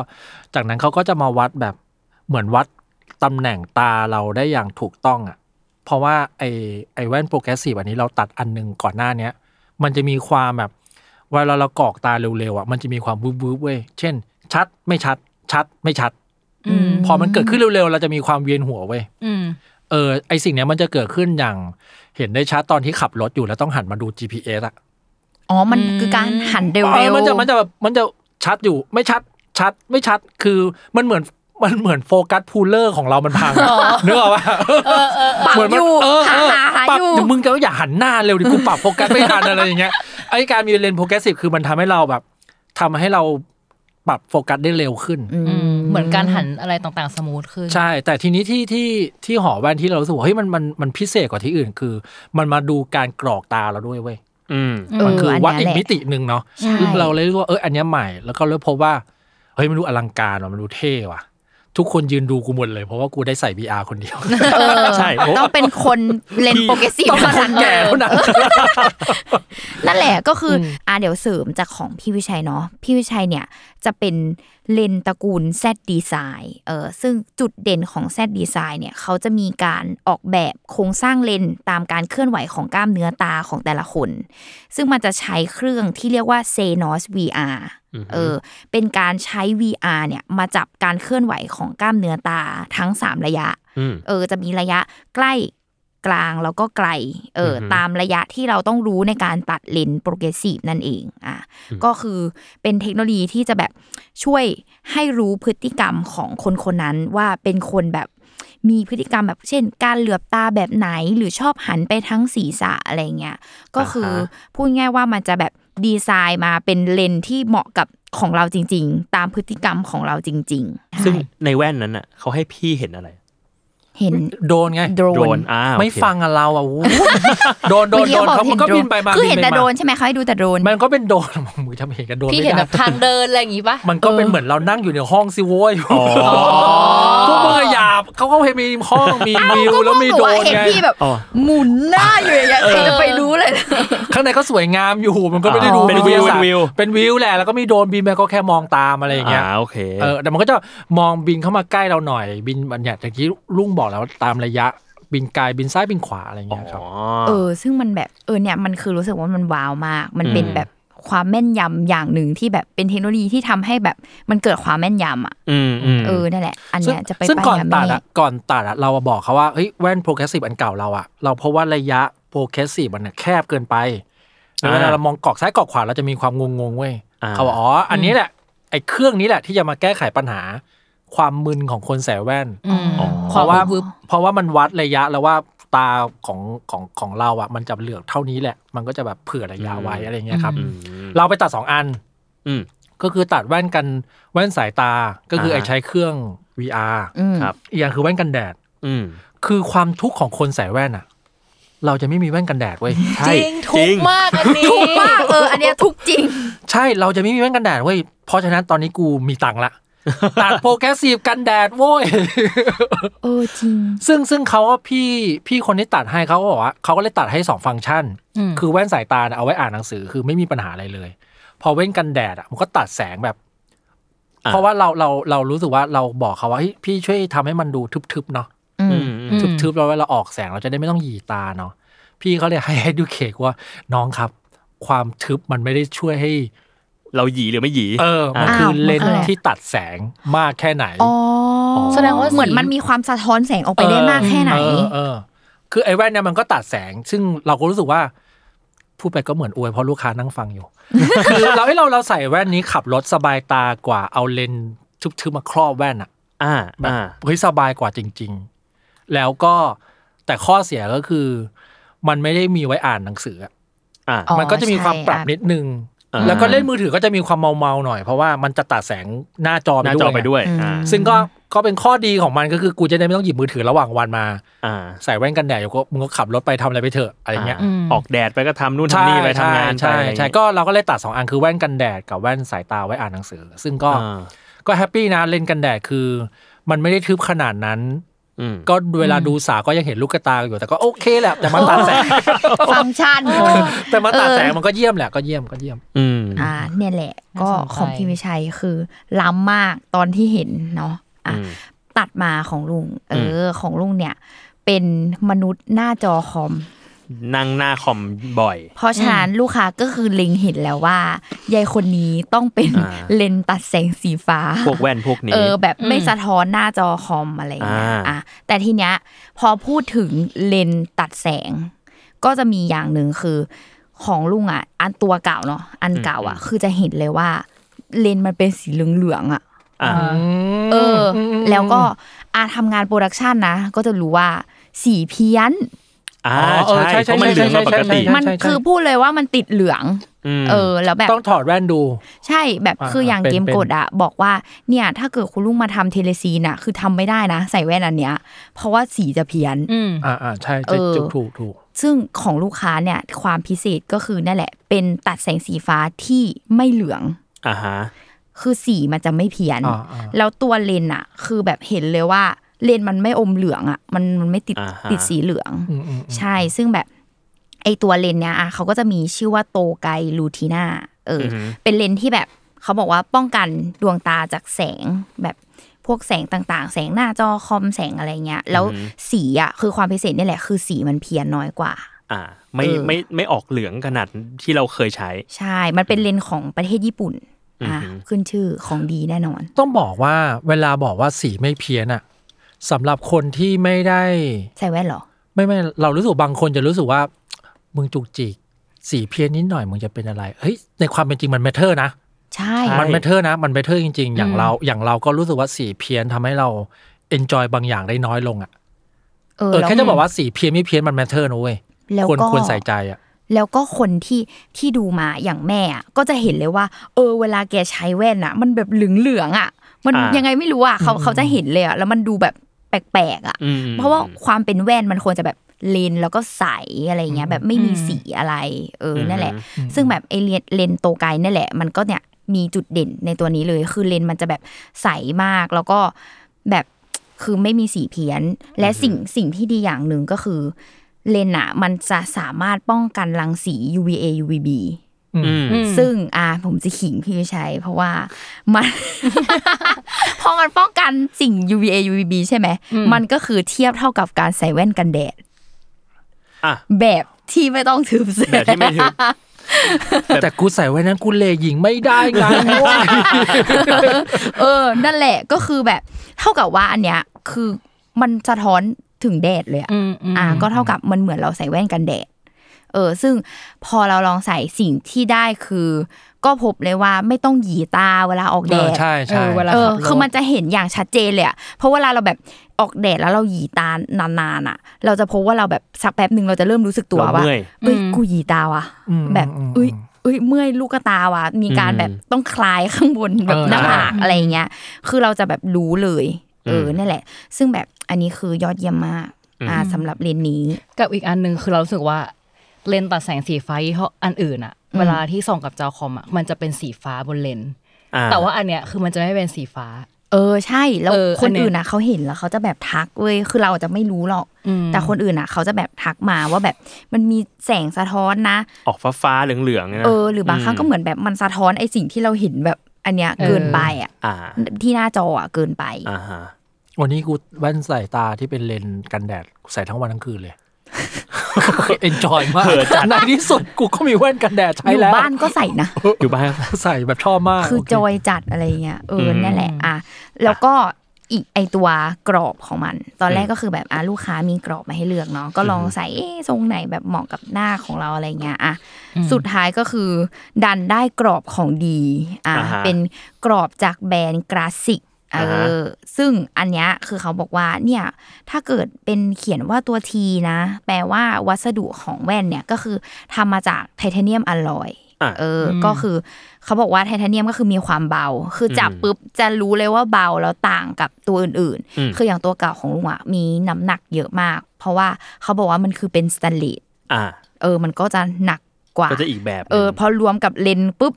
จากนั้นเขาก็จะมาวัดแบบเหมือนวัดตำแหน่งตาเราได้อย่างถูกต้องอ่ะ เพราะว่าไอไอแว่นโปรแกรสซีฟอันนี้เราตัดอันหนึงก่อนหน้าเนี้ย มันจะมีความแบบเวลาเรากรอกตาเร็วๆอ่ะมันจะมีความวืบวืบๆเว้ยเช่น ชัดไม่ชัด ชัดไม่ชัด
อืม
พอมันเกิดขึ้นเร็วๆ เราจะมีความเวียนหัวเว้ย
อืม
เออไอสิ่งเนี้ยมันจะเกิดขึ้นอย่างเห็นได้ชัดตอนที่ขับรถอยู่แล้วต้องหันมาดู GPS อ่ะ
อ๋อมันคือการหันเร็ว
เออมันจะมันจะแบบมันจะชัดอยู่ไม่ชัดชัดไม่ชัดคือมันเหมือนมันเหมือนโฟกัสพูลเลอร์ของเรามันพังเนื้อว่า
ปรับ
เหมือน
อ
มัน
ยู่
เออ
หา
เออ
หาหา
ปรับ
อยู่
มึงก็อย่าหันหน้าเร็วดิกูปรับโฟกัสไม่ทันอะไรอย่างเงี้ยไอการมีเลนส์โปรแกรสซีฟคือมันทำให้เราแบบทำให้เราปรับโฟกัสได้เร็วขึ้น
อืมเหมือนการหันอะไรต่างๆ สมูทขึ้น
ใช่ แต่ทีนี้ที่ที่ที่หอแว่นที่เรารู้สึกว่าเฮ้ยมันมันมันพิเศษกว่าที่อื่นคือ มันมาดูการกรอกตาเราด้วยเว้ย
อืม
เออ
มันคือวัด
อันเนี้
อี
ยแหละ
กมิติหนึ่งเนาะ
ใช่
เราเลยรู้ว่าเอออันเนี้ยใหม่ แล้วก็เริ่มพบว่า เฮ้ยมันดูอลังการว่ะมันดูเท่ว่ะ ทุกคนยืนดูกูหมดเลย เพราะว่ากูได้ใส่ VR คนเดียว
เออ
ใช่ผม
ต้องเป็นคนเลนโปรเกรสซีฟ
ต้องเป็นคนแก่เท่านั้น
นั่นแหละก็คือออ่าเดี๋ยวเสริมจากของพี่วิชัยเนาะพี่วิชัยเนี่ยจะเป็นเลนส์ตระกูล Z Design เออซึ่งจุดเด่นของ Z Design เนี่ยเขาจะมีการออกแบบโครงสร้างเลนส์ตามการเคลื่อนไหวของกล้ามเนื้อตาของแต่ละคน ซึ่งมันจะใช้เครื่องที่เรียกว่า Zenos VR เออ เป็นการใช้ VR เนี่ยมาจับการเคลื่อนไหวของกล้ามเนื้อตาทั้ง 3 ระยะ
อืม
เออจะมีระยะใกล้กลางแล้วก็ไกลเอออ
อฮึ
ตามระยะที่เราต้องรู้ในการตัดเลนส์โปรเกรสซีฟนั่นเองอ่ะก็คือเป็นเทคโนโลยีที่จะแบบช่วยให้รู้พฤติกรรมของคนคนนั้นว่าเป็นคนแบบมีพฤติกรรมแบบเช่น การเหลือบตาแบบไหนหรือชอบหันไปทั้งศีรษะอะไรเงี้ยก็
อ่าฮะ
คือพูดง่ายๆว่ามันจะแบบดีไซน์มาเป็นเลนส์ที่เหมาะกับของเราจริง ๆ ตามพฤติกรรมของเราจริงๆ
ซึ่ง
ใช่
ในแว่นนั้นอ่ะเขาให้พี่เห็นอะไร
เห็น
โดนไง
โดร
โดร
น
นอ่าโอเค
ไม่ฟังอะเราอ่ะโอ้โหโดนโดนโดน
มื่อ
เขา
บอ
มันก็
เห็
บินไปมา
คือเห็น
บิ
แต่
ไปมา
โดรนใช่ไหมเขาให้ดูแต่โดรน
มันก็เป็นโดนมือทำเห็นกันโดน
พี่
ไม่
เห็นแบ
ได้
บทางเดินอะไรอย่างงี้ปะ
มันก็เป็นเหมือนเรานั่งอยู่ในห้องซิโว้ยพวกมึงอะหยาบเขาก็มีห้องมีวิวแล้วมีโดน
เห็น
ไง
พี่แบบ
อ๋อ
หมุนหน้าอยู่อย่างเงี้ยใครจะไปรู้เลย
ข้างในก็สวยงามอยู่มันก็ไม่ได้ดู
เป็นวิวเป็นวิว
เป็นวิวแหละแล้วก็มีโดนบินไปก็แค่มองตามอะไรอย่างเงี้ย
อ่าโอเค
เออแต่มันก็จะมองบินเข้ามาใกล้เราหน่อย บินบัญญัติอย่างที่ลุงบอกแล้วตามระยะบินไกลบินซ้ายบินขวาอะไรอย่างเงี้ยครับ
เออ ซึ่งมันแบบเออเนี่ยมันคือรู้สึกว่ามันว้าวมาก มันเป็น
อืม
แบบความแม่นยำอย่างหนึ่งที่แบบเป็นเทคโนโลยีที่ทำให้แบบมันเกิดความแม่นยำอ่ะ
อืมอืม
เออนั่นแหละ อัน
ซึ่
เนี้
ง
ยจะไป
ซึ่ง
ไป
ก่อน
กับ
ตั
แม่
ดอะก่อนตัดอะเราอะบอกเขาว่าเฮ้ยแว่นโปรเกรสซีฟอันเก่าเราอะเราเพราะว่าระยะโปรเกรสซีฟมันอะแคบเกินไปแล้วเวลาเรามองกรอกซ้ายกรอกขวาเราจะมีความงงๆเว้ยเขาบอกอ๋ออันนี้แหละไอ้เครื่องนี้แหละที่จะมาแก้ไขปัญหา ความมึนของคนใส่แว่น
อืม
เพราะว่า
ควมวึบ
เพราะว่ามันวัดระยะแล้วว่าตาของของของเราอ่ะ มันจะเหลือกเท่านี้แหละ มันก็จะแบบเผื่อระยะไว้อะไรเงี้ยครับ
อืม
เราไปตัดสองอัน
อืม
ก็คือตัดแว่นกันแว่นสายตาก็คือไอ้
อ่าฮะ
ใช้เครื่อง VR
อืม
ครับ
อีกอย่างคือแว่นกันแดด
อืม
คือความทุกข์ของคนใส่แว่นอ่ะ เราจะไม่มีแว่นกันแดดเว้ย
จริงทุกข์มากอันนี้
ถูกมากเอออันเนี้ยทุกจริง
ใช่เราจะไม่มีแว่นกันแดดเว้ยเพราะฉะนั้นตอนนี้กูมีตังค์ละ ตัดโปรแกรสซีฟกันแดดโว้ย
เออจริง
ซึ่งซึ่งเขาก็พี่พี่คนที่ตัดให้เขาก็บอกว่าเขาก็เลยตัดให้สองฟังก์ชัน
อืม
คือแว่นสายตาน่ะเอาไว้อ่านหนังสือคือไม่มีปัญหาอะไรเลย พอเว้นกันแดดอ่ะมันก็ตัดแสงแบบ
อ่ะ
เพราะว่าเราเราเรารู้สึกว่าเราบอกเขาว่าเฮ้ยพี่ช่วยทำให้มันดูทึบๆเนาะ
อื
อื
ม
ม
อืม
ทึบๆแล้วเวลาออกแสงเราจะได้ไม่ต้องหยีตาเนาะพี่เขาเลยให้ให้ดูเคกว่าน้องครับ ความทึบมันไม่ได้ช่วยให้
เราหยีหรือไม่หยี
เออมัน
อ้าว
คือเลน
มันคือ
ส์
อะไร
ที่ตัดแสงมากแค่ไหน
อ๋อ
แสดงว่าสี
เหมือนมันมีความสะท้อนแสงออกไปได้มากแค่ไหน
เออเออเออคือไอ้แว่นเนี่ยมันก็ตัดแสง ซึ่งเราก็รู้สึกว่า พูดไปก็เหมือนอวยเพราะลูกค้านั่งฟังอยู่ คือเราให้ยเราเราใส่แว่นนี้ขับรถสบายตากว่าเอาเลนส์ทึบๆมาครอบแว่นอะ
อ่า
แบบ
อ่า
เฮ้ยสบายกว่าจริง ๆ แล้วก็แต่ข้อเสียก็คือ มันไม่ได้มีไว้อ่านหนังสืออะ
อ่า
อ๋อ
มันก็จะมีความ
ใช่
ปรับ
อ่ะ
นิดนึง
อ่า
แล้วก็เล่นมือถือก็จะมีความเมาๆหน่อย เพราะว่ามันจะตัดแสงหน้าจอ
ห
ไป
น้า
ด้
จ
วย
อไปด้วย
อืม
อ่า
ซึ่งก็ก็เป็นข้อดีของมันก็คือกูจะได้ไม่ต้องหยิบมือถือระหว่างวันมา
อ่า
ใส่แว่นกันแดดอยู่ก็มึงก็ขับรถไปทำอะไรไปเถอะอะไรเงี้ย
อืม
ออกแดดไปก็ทำนู่นทำนี่ไปทำงานไป
ใช่
อะไรอย่าง
ใช่
เงี้ย
ก็เราก็เลยตัดสองอันคือแว่นกันแดดกับแว่นสายตาไว้อ่านหนังสือ ซึ่งก็
อ่า
ก็แฮปปี้นะเลนส์กันแดดคือ มันไม่ได้ทึบขนาดนั้น
อืม
ก็เวลาดูสาก็ยังเห็นลูกกระตาอยู่แต่ก็โอเคแหละแต่มันตัดแส ง
ฟังก์ชัน
แต่มันตัดแสง
เออ
มันก็เยี่ยมแหละก็เยี่ยมก็เยี่ยม
อืม
อ่าเนี่ยแหละ ก็ข
น่าสนใจ
องพี่วิชัยคือล้ำมากตอนที่เห็นเนาะอ่ะ
อืม
ตัดมาของลุง เออ
ม
อของลุงเนี่ย เป็นมนุษย์หน้าจอคอม
นั่งหน้าคอมบ่อย
เพราะฉะนั้นลูกค้าก็คือเล็งเห็นแล้วว่ายายคนนี้ต้องเป็น
อ่า
เลนส์ตัดแสงสีฟ้า
พวกแว่นพวกนี้
เออแบบไม่
อืม
สะท้อนหน้าจอคอมอะไรอย่างเงี้ย
อ่า
อ่ะแต่ทีเนี้ยพอพูดถึงเลนส์ตัดแสง ก็จะมีอย่างหนึ่งคือ ของลุงอ่ะ อันตัวเก่าเนาะอันเก่าอ่ะ คือจะเห็นเลยว่า เลนส์มันเป็นสีเหลืองๆอ่ะ
อ่า
เอออแล้วก็อาทำงานโปรดักชันนะ ก็จะรู้ว่าสีเพี้ยน
อ่า
อ๋อเออ
ใช่เพ
ใช่
ราะมันเหลืองกว่าปกติ
ใช่ใช่
มันคือพูดเลยว่ามันติดเหลือง
ม
เออ แล้วแบบ
ต้องถอดแว่นดู
ใช่แบบ
อ่า
คืออย่าง
เป็น
เกม
เป็น
กดอะบอกว่าเนี่ยถ้าเกิดคุณลุงมาทำเทเลซีน่ะ คือทำไม่ได้นะ ใส่แว่นอันเนี้ย เพราะว่าสีจะเพี้ยน
อืม
อ่าอ่าใช่
เออ
จะถูกถูก
ซึ่งของลูกค้าเนี่ยความพิเศษก็คือนั่นแหละ เป็นตัดแสงสีฟ้าที่ไม่เหลือง
อ่าฮะ
คือสีมันจะไม่เพี้ยน
อ่าอ่า
แล้วตัวเลนอะคือแบบเห็นเลยว่าเลนมันไม่อมเหลืองอะมันมันไม่ติด
อ่าฮะ
ติดสีเหลือง
อืมอืมอืม
ใช่ ซึ่งแบบไอตัวเลนส์เนี้ยอ่ะเขาก็จะมีชื่อว่าโตไกลูทีนาเอออ
อฮึ
เป็นเลนส์ที่แบบเขาบอกว่าป้องกันดวงตาจากแสงแบบพวกแสงต่างๆ แสงหน้าจอคอมแสงอะไรเงี้ย แล้วสีอ่ะคือความพิเศษนี่แหละ คือสีมันเพี้ยนน้อยกว่า
อ่า ไม่
เออ
ไม่ไม่ออกเหลืองขนาดที่เราเคยใช้
ใช่ มันเป็นเลนส์ของประเทศญี่ปุ่นอ่ะ
อือฮึ
ขึ้นชื่อของดีแน่นอน
ต้องบอกว่าเวลาบอกว่าสีไม่เพี้ยนอะสำหรับคนที่ไม่ได้
ใส่แว่นเหรอ
ไม่ไม่เรารู้สึกบางคนจะรู้สึกว่า มึงจุกจิก สีเพี้ยนนิดหน่อยมึงจะเป็นอะไรเฮ้ยในความเป็นจริงมันแมทเทอร์นะ
ใช่
ใช่
มัน m ม t เ e อร์นะ มัน m ม t เ e อร์จริง ๆ อย่าง
อืม
เราอย่างเราก็รู้สึกว่าสีเพี้ยนทำให้เราเอนจอยบางอย่างได้น้อยลงอ่ะเออ
ล้ว
แค่จะบอกว่าสีเพี้ยนไม่เพี้ยนมัน m ม t เ e อร์นะเว้ย
แล้ว
ควร
ก็
ควรใส่ใจอ่ะ
แล้วก็คนที่ที่ดูมาอย่างแม่อะก็จะเห็นเลยว่า เออ เวลาแกใช้แว่นอะมันแบบเหลืองๆอะมัน
อ่ายั
ยังไงไม่รู้อะเขาเขาจะเห็นเลยอะแล้วมันดูแบบแปลกๆอะ
อืม
เพราะว่าความเป็นแว่นมันควรจะแบบเลนส์แล้วก็ใสอะไรเงี้ย แบบไม่มี
อืม
สีอะไร เออนั่นแหละ
อืม
ซึ่งแบบไอเลนส์เลนส์โตไกลนั่นแหละ มันก็เนี่ยมีจุดเด่นในตัวนี้เลย คือเลนส์มันจะแบบใสมากแล้วก็แบบคือไม่มีสีเพี้ยน และสิ่งสิ่งที่ดีอย่างหนึ่งก็คือ เลนส์อะมันจะสามารถป้องกันรังสี UVA UVB
อืม
อืม
ซึ่งอ่าผมจะขิงพี่วิชัยเพราะว่ามัน พอมันป้องกันสิ่ง UVA UVB ใช่ไหม
อืม
มันก็คือเทียบเท่ากับการใส่แว่นกันแดด
อ่ะ
แบบที่ไม่ต้องถือเสื้
แบบที่ไม่ถึง
แต่กูใส่ไว้นั้นกูเลหญิงไม่ได้ไงเว้ย
เออ นั่นแหละก็คือแบบเท่ากับว่าอันเนี้ยคือมันสะท้อนถึงแดดเลยอะ
อืมอืม
อ่าก็เท่ากับมันเหมือนเราใส่แว่นกันแดด เออ ซึ่งพอเราลองใส่สิ่งที่ได้คือ ก็พบเลยว่าไม่ต้องหยีตาเวลาออก แด
เออ
ด
ใช่ใช่
เออเวลา
เออ
ขับรถ
คือมันจะเห็นอย่างชัดเจนเลยอะเพราะเวลาเราแบบออกแดดแล้วเราหยีตานานๆอ่ะ เราจะพบว่าเราแบบสักแป๊บหนึ่งเราจะเริ่มรู้สึกตัว
เรา
ว่า
เมื่อย
เอ้ยกูหยีตาว่ะ
อืม
แบบ
มม
เอ้ยเอ้ยเมื่อยลูกตาว่ะมีการ
อืม
แบบต้องคลายข้างบนแบบ
เออ
หน้าผาก
ใช่
อะไรอย่างเงี้ย คือเราจะแบบรู้เลย เอออ
ม
นั่นแหละ ซึ่งแบบอันนี้คือยอดเยี่ยมมาก
อืม
อ่าสำหรับเลนส์นี้
กับอีกอันหนึ่งคือเรารู้สึกว่าเลนส์ตัดแสงสีฟ้ายี่ห้ออันอื่นอะ
อืม
เวลาที่ส่องกับจอคอมอะมันจะเป็นสีฟ้าบนเลนส์
อ่า
แต่ว่าอันเนี้ยคือมันจะไม่เป็นสีฟ้า
เออใช่แล้ว
เออ
คน
อันเนี้ย
อื่นนะเขาเห็นแล้วเขาจะแบบทักเว้ยคือเราจะไม่รู้หรอก
อืม
แต่คนอื่นนะเขาจะแบบทักมาว่าแบบมันมีแสงสะท้อนนะ
ออกฟ้าฟ้าๆเหลืองๆเนี่ยนะ
เออ หรือบางครั้งก็เหมือนแบบมันสะท้อนไอสิ่งที่เราเห็นแบบอันเนี้ยเกินไปอ่ะ
อ่า
ที่หน้าจออ่ะเกินไป
อ่าฮะ
วันนี้กูแว่นใส่ตาที่เป็นเลนส์กันแดดกูใส่ทั้งวันทั้งคืนเลย เอนจอยมาก
เผลอจัด
ในที่สุดกูก็มีแว่นกันแดดใช้
อยู่
แล้ว
บ้านก็ใส่นะ
อยู่บ้าน
ใส่แบบชอบมาก
คือ
โเ
จอยจัดอะไรเงี้ยเอออ
ม
นั่นแหละอ่ะแล้วก็ อีกไอตัวกรอบของมัน ตอนแรกก็คือแบบอ่ะลูกค้ามีกรอบมาให้เลือกเนาะก็ลองใส่เอ๊ะทรงไหนแบบเหมาะกับหน้าของเราอะไรเงี้ยอ่ะสุดท้ายก็คือ ดันได้กรอบของดีอ่ะ
อ่าฮะ
เป็นกรอบจากแบรนด์กราสิกเอ
อ่าฮะ
อซึ่งอันเนี้ยคือเขาบอกว่าเนี่ยถ้าเกิดเป็นเขียนว่าตัวทีนะ แปลว่าวัสดุของแว่นเนี่ยก็คือทำมาจากไทเทเนียมอลลอย
อ่ะ
เอออก็คือเขาบอกว่าไทเทเนียมก็คือมีความเบา คือจับ
อืม
ปุ๊บจะรู้เลยว่าเบาแล้วต่างกับตัวอื่น
อืม
ๆ คืออย่างตัวเก่าของลุงอะมีน้ำหนักเยอะมาก เพราะว่าเขาบอกว่ามันคือเป็นสแตนเลส
อ่ะ
เออ มันก็จะหนักกว่า
ก็จะอีกแบบหนึ่ง
เออพอรวมกับเลนส์ปุ๊บ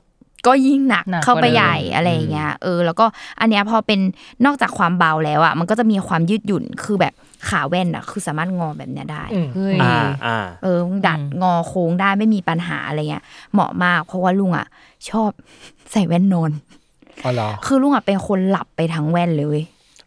ก็ยิ่งหนัก
หนัก
เข้าไป
กว่าเดิม
ใหญ่อะไรอย่างเงี้ยเออแล้วก็อันเนี้ยพอเป็นนอกจากความเบาแล้วอ่ะมันก็จะมีความยืดหยุ่นคือแบบขาแว่นอ่ะคือสามารถงอแบบเนี้ยได้
เฮ้ย
อ่าอ่า
เออดัด
อืม
งอโค้งได้ไม่มีปัญหาอะไรเงี้ยเหมาะมาก เพราะว่าลุงอ่ะ ชอบ ใส่แว่นนอน
อ๋อเหรอ
คือลุงอ่ะเป็นคนหลับไปทั้งแว่นเลย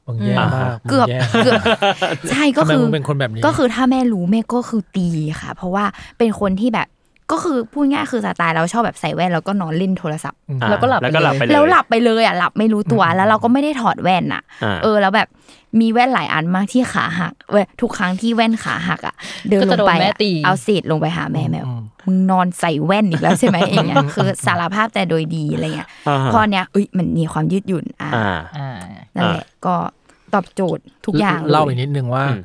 มึงแย่มากมึง
เกือบ
แย่
เกือบ ใช่ก็
ทำไม
คือ
มึงเป็นคนแบบนี้
ก็คือถ้าแม่รู้แม่ก็คือตีค่ะ เพราะว่าเป็นคนที่แบบก็คือพูดง่ายคือสไตล์เราชอบแบบใส่แว่นแล้วก็นอนเล่นโทรศัพท์
อืม
แล้วก็หลับ
แล้วก็หลับไป
ไป
เล
เลย ย
แล้วหลับไปเลยอ่ะหลับไม่รู้ตัวแล้วเราก็ไม่ได้ถอดแว่นอ่ะ
อ่า
เออแล้วแบบมีแว่นหลายอันมากที่ขาหักเว้ยทุกครั้งที่แว่นขาหักอ่ะ เดินล
ก็จะ
ง
โดน
ไป
แม่
อะ
ตี
เอาเศษลงไปหาแม่แม่มึงนอนใส่แว่นอีกแล้วใช่ไหมอย่างเงี้ยคือสารภาพแต่โดยดีอะไรเงี้ย
อ่าฮะ
พอเนี้ยเอ้ยมันมีความยืดหยุ่นอ่ะ
อ่า
อ่า
นั่นแหละก็ตอบโจทย์ทุกอย่าง
เล่า
เล
อี
ย
กนิดนึงว่า
อืม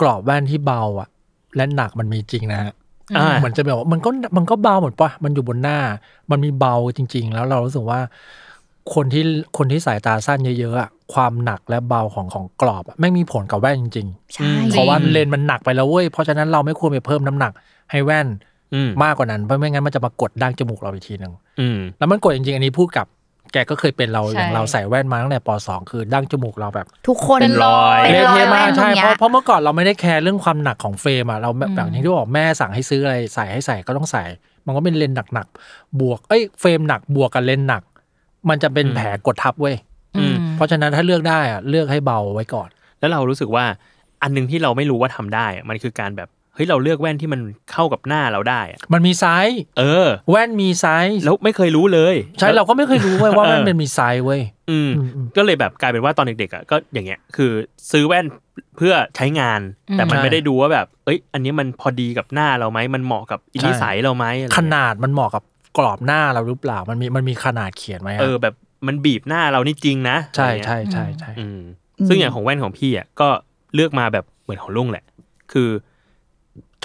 กรอบแว่นที่เบาอ่ะ และหนักมันมีจริงนะฮะ
อ่า
เหมือนจะแบบว่ามันก็มันก็เบาเหมือนปะมันอยู่บนหน้า มันมีเบาจริง ๆ แล้วเรารู้สึกว่า คนที่คนที่สายตาสั้นเยอะๆอะความหนักและเบาของของกรอบอะไม่มีผลกับแว่นจริง
ใช่
ๆ เพราะว่าเลนส์มันหนักไปแล้วเว้ยเพราะฉะนั้นเราไม่ควรไปเพิ่มน้ำหนักให้แว่น
อืม
มากกว่านั้นเพราะไม่งั้นมันจะมากดดั้งจมูกเราอีกทีหนึ่ง
อืม
แล้วมันกดจริงๆอันนี้พูดกับแกก็เคยเป็นเรา
ใช่
อย่างเราใส่แว่นมาตั้งแต่ปสองคือดั้งจมูกเราแบบ
ทุกคน
เป็นรอย
เป็น
เละ
รอย
เทะ
แว่
มาก
นตร
ใช่
ง
เพ
เนี้ย
ราะเพราะเมื่อก่อนเราไม่ได้แคร์เรื่องความหนักของเฟรมอะเราแบบแบบอย่างที่บอกแม่สั่งให้ซื้ออะไรใส่ให้ใส่ก็ต้องใส่ มันก็เป็นเลนส์หนักๆบวกเอ้ยเฟรมหนักบวกกับเลนส์หนัก มันจะเป็น
อืม
แผลกดทับเว้ย
อืม
เพราะฉะนั้นถ้าเลือกได้อะเลือกให้เบาไว้ก่อน
แล้วเรารู้สึกว่าอันหนึงที่เราไม่รู้ว่าทำได้อะมันคือการแบบเฮ้ยเราเลือกแว่นที่มันเข้ากับหน้าเราได้อะ
มันมีไซส์
เออ
แว่นมีไซส์
แล้วไม่เคยรู้เลย
ใช่เราก็ไม่เคยรู้เว้ยว่า
เออ
แว่นมันมีไซส์เว้ย
อืม
อืมอืม
ก็เลยแบบกลายเป็นว่าตอนเด็กๆอ่ะก็อย่างเงี้ยคือซื้อแว่นเพื่อใช้งาน
อืม
แต่มัน
ใช่
ไม่ได้ดูว่าแบบ เอ้ย อันนี้มันพอดีกับหน้าเราไหมมันเหมาะกับอิ
ใช่
นิสัยเราไหมอะไรเงี้ย
ขนาดมันเหมาะกับกรอบหน้าเราหรือเปล่ามันมีมันมีขนาดเขียนไว้อะ
เออแบบมันบีบหน้าเรานี่จริงนะ
ใช่
อะไรเงี้ย
ใช่ใช่ใช่
อืม
อืม
ซึ่งอย่างของแว่นของพี่อ่ะก็เลือกมาแบบเหมือนของลุงแหละ คือ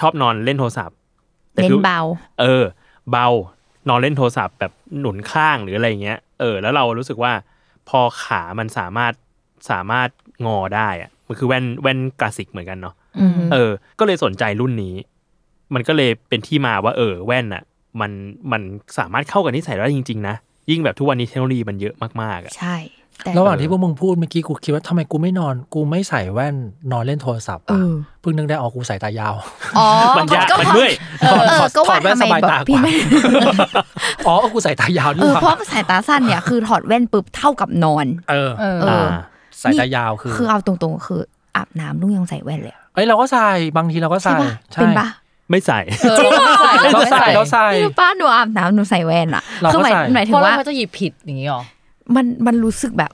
ชอบนอนเล่นโทรศัพท์แต่
เน้
คื
น
อ
เบา
เออ เบานอนเล่นโทรศัพท์แบบหนุนข้างหรืออะไรอย่างเงี้ยเออแล้วเรารู้สึกว่า พอขามันสามารถสามารถงอได้อ่ะมันคือแว่นแว่นกลาสสิกเหมือนกันเนาะ
อืม
เออ ก็เลยสนใจรุ่นนี้ มันก็เลยเป็นที่มาว่า เออ แว่นอ่ะ มันมันสามารถเข้ากับนิสัยเราได้จริงๆนะยิ่งแบบทุกวันนี้เทคโนโลยีมันเยอะมากๆอ่ะ
ใช่แต่
ระหว่างที่พวกมึงพูดเมื่อกี้กูคิดว่าทำไมกูไม่นอนกูไม่ใส่แว่นนอนเล่นโทรศัพท์
เอ
อะ
อ
เพิ่งนึกได้ออกกูสายตายาว
อ๋อ
มันยาก
ก็
มัน
พอ
เมื่อย
เออเออก็ว่า
ถอดแว่น
ทำไม
สบาย
บอ
ตาก กว่า
พี่ไม่
อ๋อกูสายตายาวด้
เอ
วย
อ
ว่ะ
เพราะสายตาสั้นเนี่ยคือถอดแว่นปุ๊บเท่ากับนอน
เออ
เออ
เออ
สายตายาวคือ
คือเอาตรงๆ คืออาบน้ำลุงยังใส่แว่นเลยอะ
เอ้ยเราก็ใส่บางทีเราก็
ใช่ปะ
ใส่
เป็นปะ
ไม่ใส่
เออเรา
เราใส่
ใส่เราใส่
เราใส่
ไม่รู้ป้าหนูอาบน้ำหนูใส่แว่นอะ
เราก็
คือหมาย
ใส่
หมายถึ
เพราะ
ง
ว่า
ว่า
เขาจะหยิบผิดอย่างนี้หรอ
มันมันรู้สึกแบบ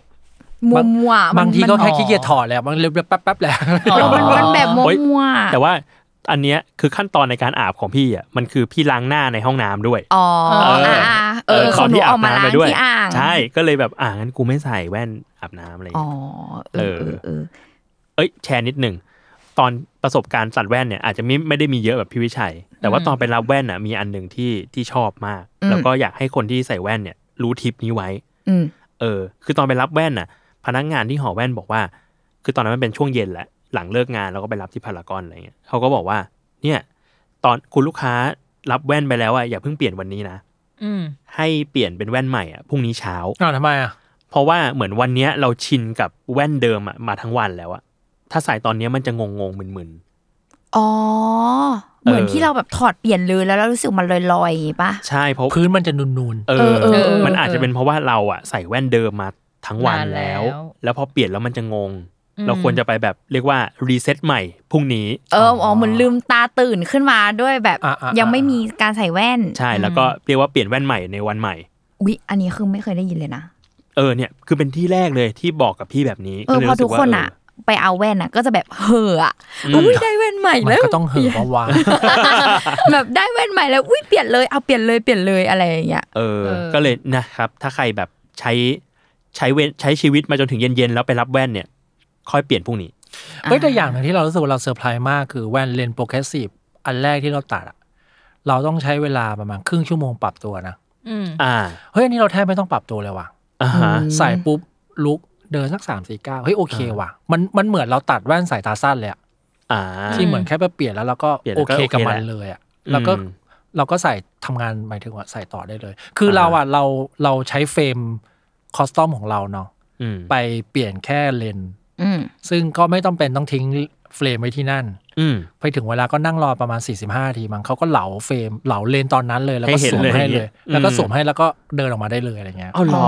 มัวมัวๆ
บางทีก็
มัน
แค่ขี้เกียจถอดแหละบางเล็บแป๊บแป๊บๆแหละ
อ๋อ
มันมันแบบมัวมัวๆ
แต่ว่าอันเนี้ยคือขั้นตอนในการอาบของพี่อ่ะมันคือพี่ล้างหน้าในห้องน้ำด้วย
อ๋ออ่าเออ
เออ
ของหนูออกมาล้าง
ไปด้วย
ที่อ่าง
ใช่ก็เลยแบบอ่างั้นกูไม่ใส่แว่นอาบน้ำอะไรอย่าง
อ๋อ
เงี้ย
เออเออเออ
เอ้ยแชร์นิดหนึ่งตอนประสบการณ์สัตว์แว่นเนี่ยอาจจะไม่ไม่ได้มีเยอะแบบพี่วิชัย แต่ว่าตอนไปรับแว่นอ่ะมีอันหนึ่งที่ที่ชอบมาก
อืม
แล้วก็อยากให้คนที่ใส่แว่นเนี่ยรู้ทิปนี้ไว้
อืม
เออ คือตอนไปรับแว่นน่ะ พนักงานที่หอแว่นบอกว่า คือตอนนั้นมันเป็นช่วงเย็นแหละ หลังเลิกงานแล้วก็ไปรับที่พารากอนอะไรเงี้ยเขาก็บอกว่า เนี่ย ตอนคุณลูกค้ารับแว่นไปแล้วอะอย่าเพิ่งเปลี่ยนวันนี้นะ
อืม
ให้เปลี่ยนเป็นแว่นใหม่อะพรุ่งนี้เช้า
อ้าวทำไมอ่ะ
เพราะว่าเหมือนวันเนี้ยเราชินกับแว่นเดิมอะมาทั้งวันแล้วอะถ้าใส่ตอนเนี้ยมันจะงงงๆมึน
อ๋อ เหมือน
เออ
ที่เราแบบถอดเปลี่ยนเลยแล้วเรารู้สึกมันลอยๆอย่างงี้ปะ
ๆ ใช่เพราะ
พื้นมันจะนูน
เอ
เอ
อ
อเออเออ
มันอาจจะเป็นเพราะว่าเราอะใส่แว่นเดิมมาทั้งวัน
นานแล้
แล้ว
ว
แล้วพอเปลี่ยนแล้วมันจะงง เราควรจะไปแบบเรียกว่ารีเซ็ตใหม่พรุ่งนี้
เอออ๋อเหมือนลืมตาตื่นขึ้นมาด้วยแบบ
ๆอ่ะอ่ะ
ยังไม่มีการใส่แว่น
ใช่แล้วก็เรียกว่าเปลี่ยนแว่นใหม่ในวันใหม่
อุ๊ย อันนี้คือไม่เคยได้ยินเลยนะ
เ เออเนี่ยคือเป็นที่แรกเลยที่บอกกับพี่แบบนี้
เออ
ลย
พอ
รู้สึ
ทุกคนอ่ะ ไปเอาแว่นอ่ะ ก็จะแบบเห่ออ่ะ
เออ
อุ้ย
อืม
ได้แว่นใหม่
มั
แล้
น
ว
ก็ต้องเหอะว่าวะ
แบบได้แว่นใหม่แล้วอุ้ยเปลี่ยนเลยเอาเปลี่ยนเลยเปลี่ยนเลยอะไรอย่างเงี้ย
เออ
เออ
ก็เลยนะครับ ถ้าใครแบบใช้ใช้เวนใช้ชีวิตมาจนถึงเย็นๆแล้วไปรับแว่นเนี่ย ค่อยเปลี่ยนพรุ่งนี้
เฮ้ยแต่อย่างหนึ่งที่เรารู้สึกว่าเราเซอร์ไพรส์มากคือแว่นเลนส์โปรเกรสซีฟอันแรกที่เราตัดอะเราต้องใช้เวลาประมาณครึ่งชั่วโมงปรับตัวนะ
อืม
อ่า
เฮ้ยอันนี้เราแทบไม่ต้องปรับตัวเลยว่ะ
อ่าฮะ
ใส่ปุ๊บลุกเดินสักสามสี่เก้าเฮ้ยโอเคว่ะ มันมันเหมือนเราตัดแว่นสายตาสั้นเลยอะ
อ่า
ที่เหมือนแค่ไปเปลี่ยนแล้วเราก็
เปลี่ยนแล้ว
โอ
ก็
เคกับ
โอเค
มัน
แล้ว
เลยอะแล้วก็
อืม
เราก็ใส่ทำงานหมายถึงว่าใส่ต่อได้เลย คืออา เราอ่ะเราเราใช้เฟรมคอสตอมของเราเนาะ
อืม
ไปเปลี่ยนแค่เลนส์
อืม
ซึ่งก็ไม่ต้องเป็นต้องทิ้งเฟรมไว้ที่นั่น
อืม
ไปถึงเวลาก็นั่งรอประมาณ 45ทีมั้งเขาก็เหลาเฟรมเหลาเลนส์ตอนนั้นเลยแล้วก็
ให้เห็น
สวม
เลย
ให้เลย แล้วก็
อืม
สวมให้แล้วก็เดินออกมาได้เลยอะไรเงี้ย
เอาเหรอ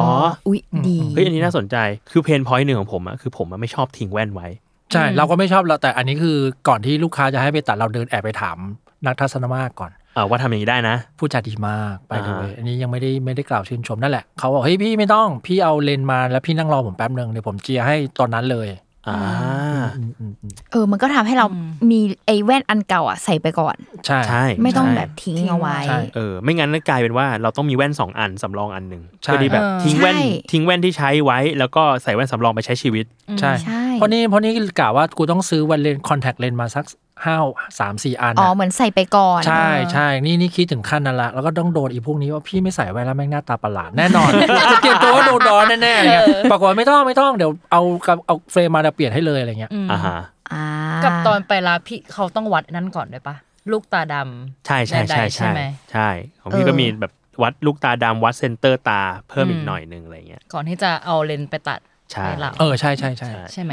อุ้ยดี
เฮ้ยอันนี้น่าสนใจคือเพนพอยต์หนึ่งของผมอะคือผมอะไม่ชอบทิ้งแว่นไว้
ใช่เราก็ไม่ชอบเราแต่อันนี้คือก่อนที่ลูกค้าจะให้ไปตัดเราเดินแอบไปถามนักทัศนมาตรก่อน
เอ่อว่าทำอย่างนี้ได้นะ
ผู้จัดดีมากไปเล
อ่า
ยอันนี้ยังไม่ได้ไม่ได้กล่าวชื่นชมนั่นแหละเขาบอกเฮ้ยพี่ไม่ต้องพี่เอาเลนส์มาแล้วพี่นั่งรอผมแป๊บหนึ่งเดี๋ยวผมเจียร์ให้ตอนนั้นเลย
อ่า
อืมอืมอืม
เออมันก็ทำให้เรามีไอ้แว่นอันเก่าอ่ะใส่ไปก่อน
ใช่
ใช่
ไม่ต้อง
ใช่
แบบทิ้งเอาไว้
ใช่
เออ ไม่งั้นกลายเป็นว่าเราต้องมีแว่นสองอันสำรองอันหนึ่ง
ใช่
ก็ดีแบบ
เออ
ทิ้งแว่น
ใช่
ทิ้งแว่นที่ใช้ไว้ แล้วก็ใส่แว่นสำรองไปใช้ชีวิต
ใช่
ใช่
เพราะนี่เพราะนี่กล่าวว่ากูต้องซื้อวันเลนคอนแทคเลนมาสักห้าสามสี่อัน
อ๋อ
น่ะ
เหมือนใส่ไปก่อน
ใช่ใช่นี่นี่คิดถึงขั้นนั้นละแล้วก็ต้องโดนอีพวกนี้ว่าพี่ไม่ใส่ไว้แล้วแม่งหน้าตาประหลาดแน่นอน จะเตรียมตัวว่าโดนดอนแน่ๆอะไรเงี้ยปรากฏว่าไม่ต้องไม่ต้องเดี๋ยวเอากับเอาเฟรมมาเดี๋ยวเปลี่ยนให้เลยอะไรเงี้ย
อ่าฮะ
อ่า
กับตอนไปลาพี่เขาต้องวัดนั่นก่อนด้วยปะลูกตาดำ
ใช่ใช่ใช่
ดๆ
ใช่
ไหม
ใช่ของพี่ก็มีแบบวัดลูกตาดำวัดเซนเตอร์ตาเพิ่มอีก
อืม
หน่อยหนึงอะไรเงี้ย
ก่อนที่จะเอาเลนส์ไปตัด
ใช่
ห้เรา
เออใช่ใช่ใช่
ใช่
ใช่ไหม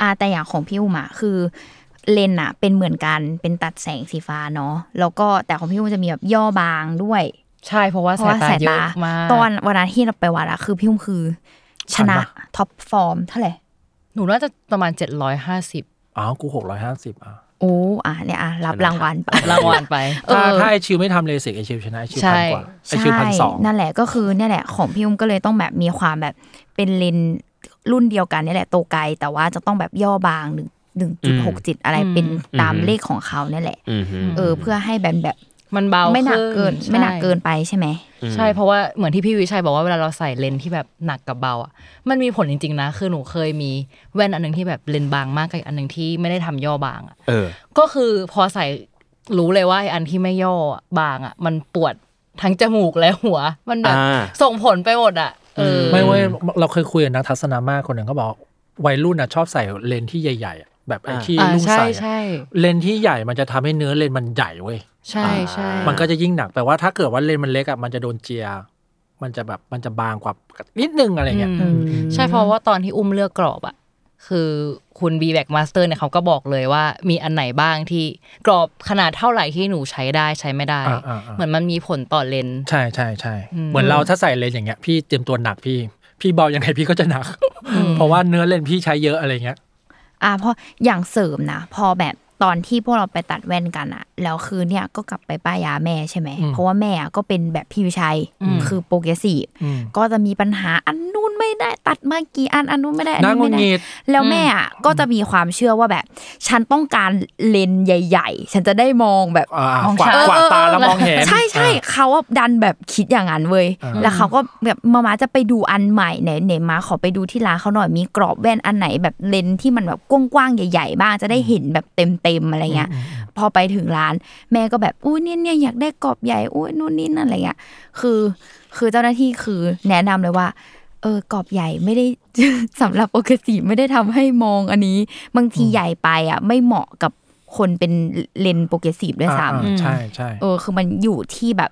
อ่าแต่อย่างของพี่อุมาคือเลนส์อะเป็นเหมือนกันเป็นตัดแสงสีฟ้าเนาะแล้วก็แต่ของพี่อุมาจะมีแบบย่อบางด้วย
ใช่เพราะว่า
เพราะว่า
สายตา
สาย
เย
ตา
อะมาก
ตอนวันนั้นที่เราไปวัดอะคือพี่อุมคือ ช
ชัน
นะ
ปะ
ท็อปฟอร์มเท่าไหร่
หนูน่าจะประมาณ 750
อ้าวกูหกร้อยห้าสิบอ่ะ
โอ้อ่ะเนี่ยอ่ะรับ
ชนะ
รางวัลไป
รางวัลไป
ถ้า
เออ
ถ้าไอชิวไม่ทำเลสิกไอชิวชนะไอชิวพันกว่าไอ
ใช่
ชิวพันสอง
นั่นแหละก็คือเนี่ยแหละของพี่อุ้มก็เลยต้องแบบมีความแบบเป็นเลนส์รุ่นเดียวกันเนี่ยแหละโตไกล แต่ว่าจะต้องแบบย่อบางหนึ่งหนึ่งจุดหกจิตอะไร
อืม
เป็นตาม
อืม
เลขของเขาเนี่ยแหละ
อืมฮึ
เออเพื่อให้แบบแบบ
มันเบา
ไม่หนัก
ขึ้
เกิน
ใช่
ไม่หนักเกินไปใช่ไหม
ใช่เพราะว่าเหมือนที่พี่วิชัยบอกว่าเวลาเราใส่เลนส์ที่แบบหนักกับเบาอ่ะมันมีผลจริงๆนะ คือหนูเคยมีแว่นอันหนึงที่แบบเลนส์บางมากกับอีกอันหนึงที่ไม่ได้ทำย่อบางอ่ะ
เออ
ก็คือพอใส่รู้เลยว่าไอ้อันที่ไม่ย่ออะบางอ่ะมันปวดทั้งจมูกและหัว มันแบบ
อ่า
ส่งผลไปหมดอ่ะเออ
ไม่เว้ยเราเคยคุยกับนักทัศนามาตรคนหนึ่งเขาบอกวัยรุ่นน่ะชอบใส่เลนส์ที่ใหญ่ๆอ่ะแบบไอ
อ่า
ที่
อ่า
ลูก
ใช่
ใส่
ใช่
เลนส์ที่ใหญ่มันจะทำให้เนื้อเลนส์มันใหญ่เว้ย
ใช่ใช่
มันก็จะยิ่งหนักแปลว่าถ้าเกิดว่าเลนส์มันเล็กอ่ะมันจะโดนเจียร์มันจะแบบมันจะบางกว่านิดนึงอะไรเงี้ย
อืมใช่เพราะว่าตอนที่อุ้มเลือกกรอบอะคือคุณ b b a c k Master เนี่ยเขาก็บอกเลยว่ามีอันไหนบ้างที่กรอบขนาดเท่าไหร่ที่หนูใช้ได้ใช้ไม่ได้
อ่าอ่าอ่า
เหมือนมันมีผลต่อเลนส์
ใช่ใช่ใช่
อืม
เหมือนเราถ้าใส่เลนส์อย่างเงี้ยพี่เตรียมตัวหนักพี่ พี่เบายังไงพี่ก็จะหนัก เพราะว่าเนื้อเลนส์พี่ใช้เยอะอะไรเงี้ย
อ่ะเพราะอย่างเสริมนะ พอแบบตอนที่พวกเราไปตัดแว่นกันอะแล้วคือเนี่ยก็กลับไปป้ายยาแม่ใช่ไหม
อืม
เพราะว่าแม่ก็เป็นแบบพี่วิชัย
อืม
คือโปรเกรสซีฟ
อืม
ก็จะมีปัญหาอันนู้นไม่ได้ตัดมากี่อันอันนู้นไม่ได้อัน
น่า
นี้
งุ
ไม่
น
ได้
งิด
แล้วแม่อ่ะก็จะมีความเชื่อว่าแบบ ฉันต้องการเลนส์ใหญ่ ๆ ฉันจะได้มองแบบ
อ่าม
อง
กวาด
ชัด
กวาดตาแล้ว
เ
มองเห็น
ใช่ใช่
อ่า
เขาอะดันแบบคิดอย่างนั้นเว้ย
อ่า
แล้วเขาก็แบบมามาจะไปดูอันใหม่ไหนไหนมาขอไปดูที่ร้านเขาหน่อยมีกรอบแว่นอันไหนแบบเลนส์ที่มันแบบกว้างๆใหญ่ ๆ บ้างจะได้เห็นแบบเต็มๆอะไรเงี้ย พอไปถึงร้าน แม่ก็แบบอุ้ยเนี่ยเนี่ยอยากได้กรอบใหญ่อุ้ยนู่นนี่นั่นอะไรเงี้ยคือ คือเจ้าหน้าที่คือแนะนำเลยว่า เออกรอบใหญ่ไม่ได้ สำหรับโอเคสีไม่ได้ทำให้มองอันนี้ บางทีใหญ่ไปอ่ะไม่เหมาะกับคนเป็นเลนส์โปรเกรสซีฟด้วยซ้
อ่าอ่าใช่ใช่
ำเออคือมันอยู่ที่แบบ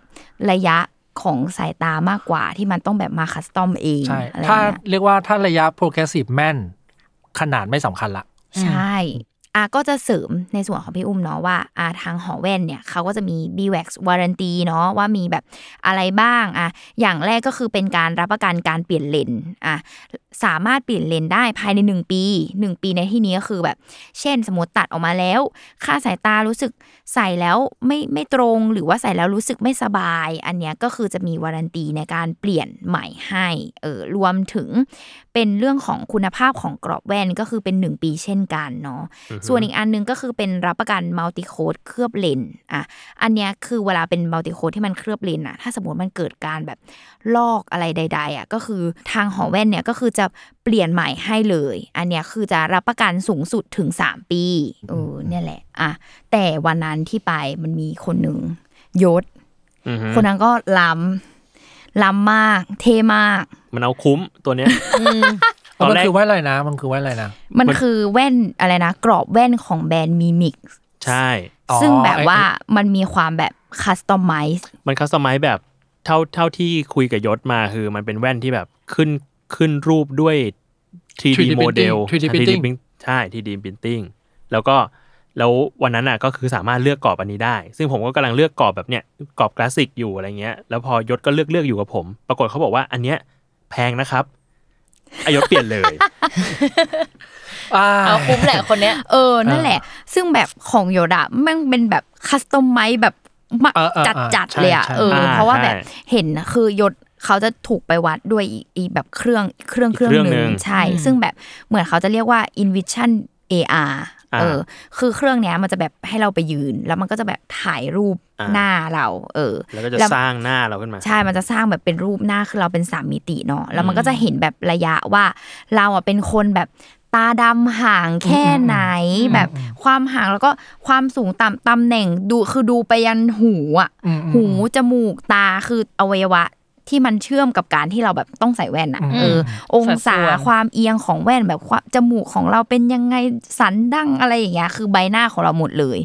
ระยะของสายตามากกว่าที่มันต้องแบบมาคัสตอมเอง
ใช่
อะไร
ถ้า
เงี้ย
เรียกว่าถ้าระยะ progressive แม่น ขนาดไม่สำคัญละ
ใช่ อาก็จะเสริมในส่วนของพี่อุ้มเนาะว่าอาทางหอแว่นเนี่ยเขาก็จะมี b w a x warranty เนาะว่ามีแบบอะไรบ้างอ่ะอย่างแรกก็คือเป็นการรับประกันการเปลี่ยนเลนส์อ่ะสามารถเปลี่ยนเลนส์ได้ภายใน 1 ปี 1 ปีในที่นี้ก็คือแบบ เช่นสมมติตัดออกมาแล้ว ค่าสายตารู้สึกใส่แล้วไม่ไม่ตรงหรือว่าใส่แล้วรู้สึกไม่สบาย อันเนี้ยก็คือจะมีวารันตีในการเปลี่ยนใหม่ให้เออรวมถึงเป็นเรื่องของคุณภาพของกรอบแว่นก็คือเป็น 1 ปีเช่นกันเนาะ ส่วนอีกอันหนึงก็คือเป็นรับประกันมัลติโคดเคลือบเลนส์อ่ะ อันเนี้ยคือเวลาเป็นมัลติโคดที่มันเคลือบเลนส์อ่ะ ถ้าสมมติมันเกิดการแบบลอกอะไรใด ๆ อ่ะ ก็คือทางหอแว่นเนี่ยก็คือจะเปลี่ยนใหม่ให้เลย อันเนี้ยคือจะรับประกันสูงสุดถึง 3 ปีเออเนี่ยแหละ อ่ะ แต่วันนั้นที่ไปมันมีคนหนึ่งยศ
อือฮึ
คนนั้นก็ล้ำล้ำมาก เท่มาก
มันเอาคุ้มตัวเนี้ย ตอน
มัน
แรก
คือแว่นอะไรนะ มันคือแว่นอะไรนะ
มัน
มัน
คือแว่นอะไรนะ กรอบแว่นของแบรนด์มีมิก
ใช่
อ๋อ
ซึ่งแบบว่า
ไอ้
มันมีความแบบคัสตอมไมซ์
มันคัสตอมไมซ์แบบเท่าเท่าที่คุยกับยศมาคือ มันเป็นแว่นที่แบบขึ้นขึ้นรูปด้วย 3D โมเดล
3D printing
ใช่ 3D printing แล้วก็แล้ววันนั้นอ่ะก็คือสามารถเลือกกรอบอันนี้ได้ ซึ่งผมก็กำลังเลือกกรอบแบบเนี้ยกรอบคลาสสิกอยู่อะไรเงี้ย แล้วพอยศก็เลือกเลือกอยู่กับผม ปรากฏเขาบอกว่าอันเนี้ยแพงนะครับอายศเปลี่ยนเลย
อ่า
เอาคุ้มแหละคนเนี้ย
เออ นั่นแหละ ซึ่งแบบของโยดะแมันเป็นแบบคัสตอมไมซ์แบบมา
เออเออ
จัด
เออ
จัด
ใช่
เลยอ่ะ
ใช่
เออ
อ่า
เพราะว่า
ใช่
แบบเห็นคือยศเขาจะถูกไปวัดด้วยอีอีแบบเครื่องเครื่อง
อีก
เครื่อง
เครื่อง
หนึ่ง
หนึ่ง
ใช่ ซึ่งแบบเหมือนเขาจะเรียกว่า Invision AR
อ่า
เออ คือเครื่องเนี้ยมันจะแบบให้เราไปยืน แล้วมันก็จะแบบถ่ายรูป
อ่า
หน้าเรา เออ
แล้วก็จะสร้างหน้าเราขึ้นมา
ใช่ มันจะสร้างแบบเป็นรูปหน้าคือเราเป็นสามมิติเนาะ แล้วมันก็จะเห็นแบบระยะว่า เราอ่ะเป็นคนแบบตาดำห่างแค่ไหน แบบความห่างแล้วก็ความสูงต่ำตำแหน่งดูคือดูไปยันหูอ่ะ
อืมอืม
หูจมูกตาคืออวัยวะที่มันเชื่อมกับการที่เราแบบต้องใส่แว่นอ่ะ
อืม
เออออง
สัดส่
ศา
วน
ความเอียงของแว่นแบบความจมูกของเราเป็นยังไงสันดั้งอะไรอย่างเงี้ยคือใบหน้าของเราหมดเลย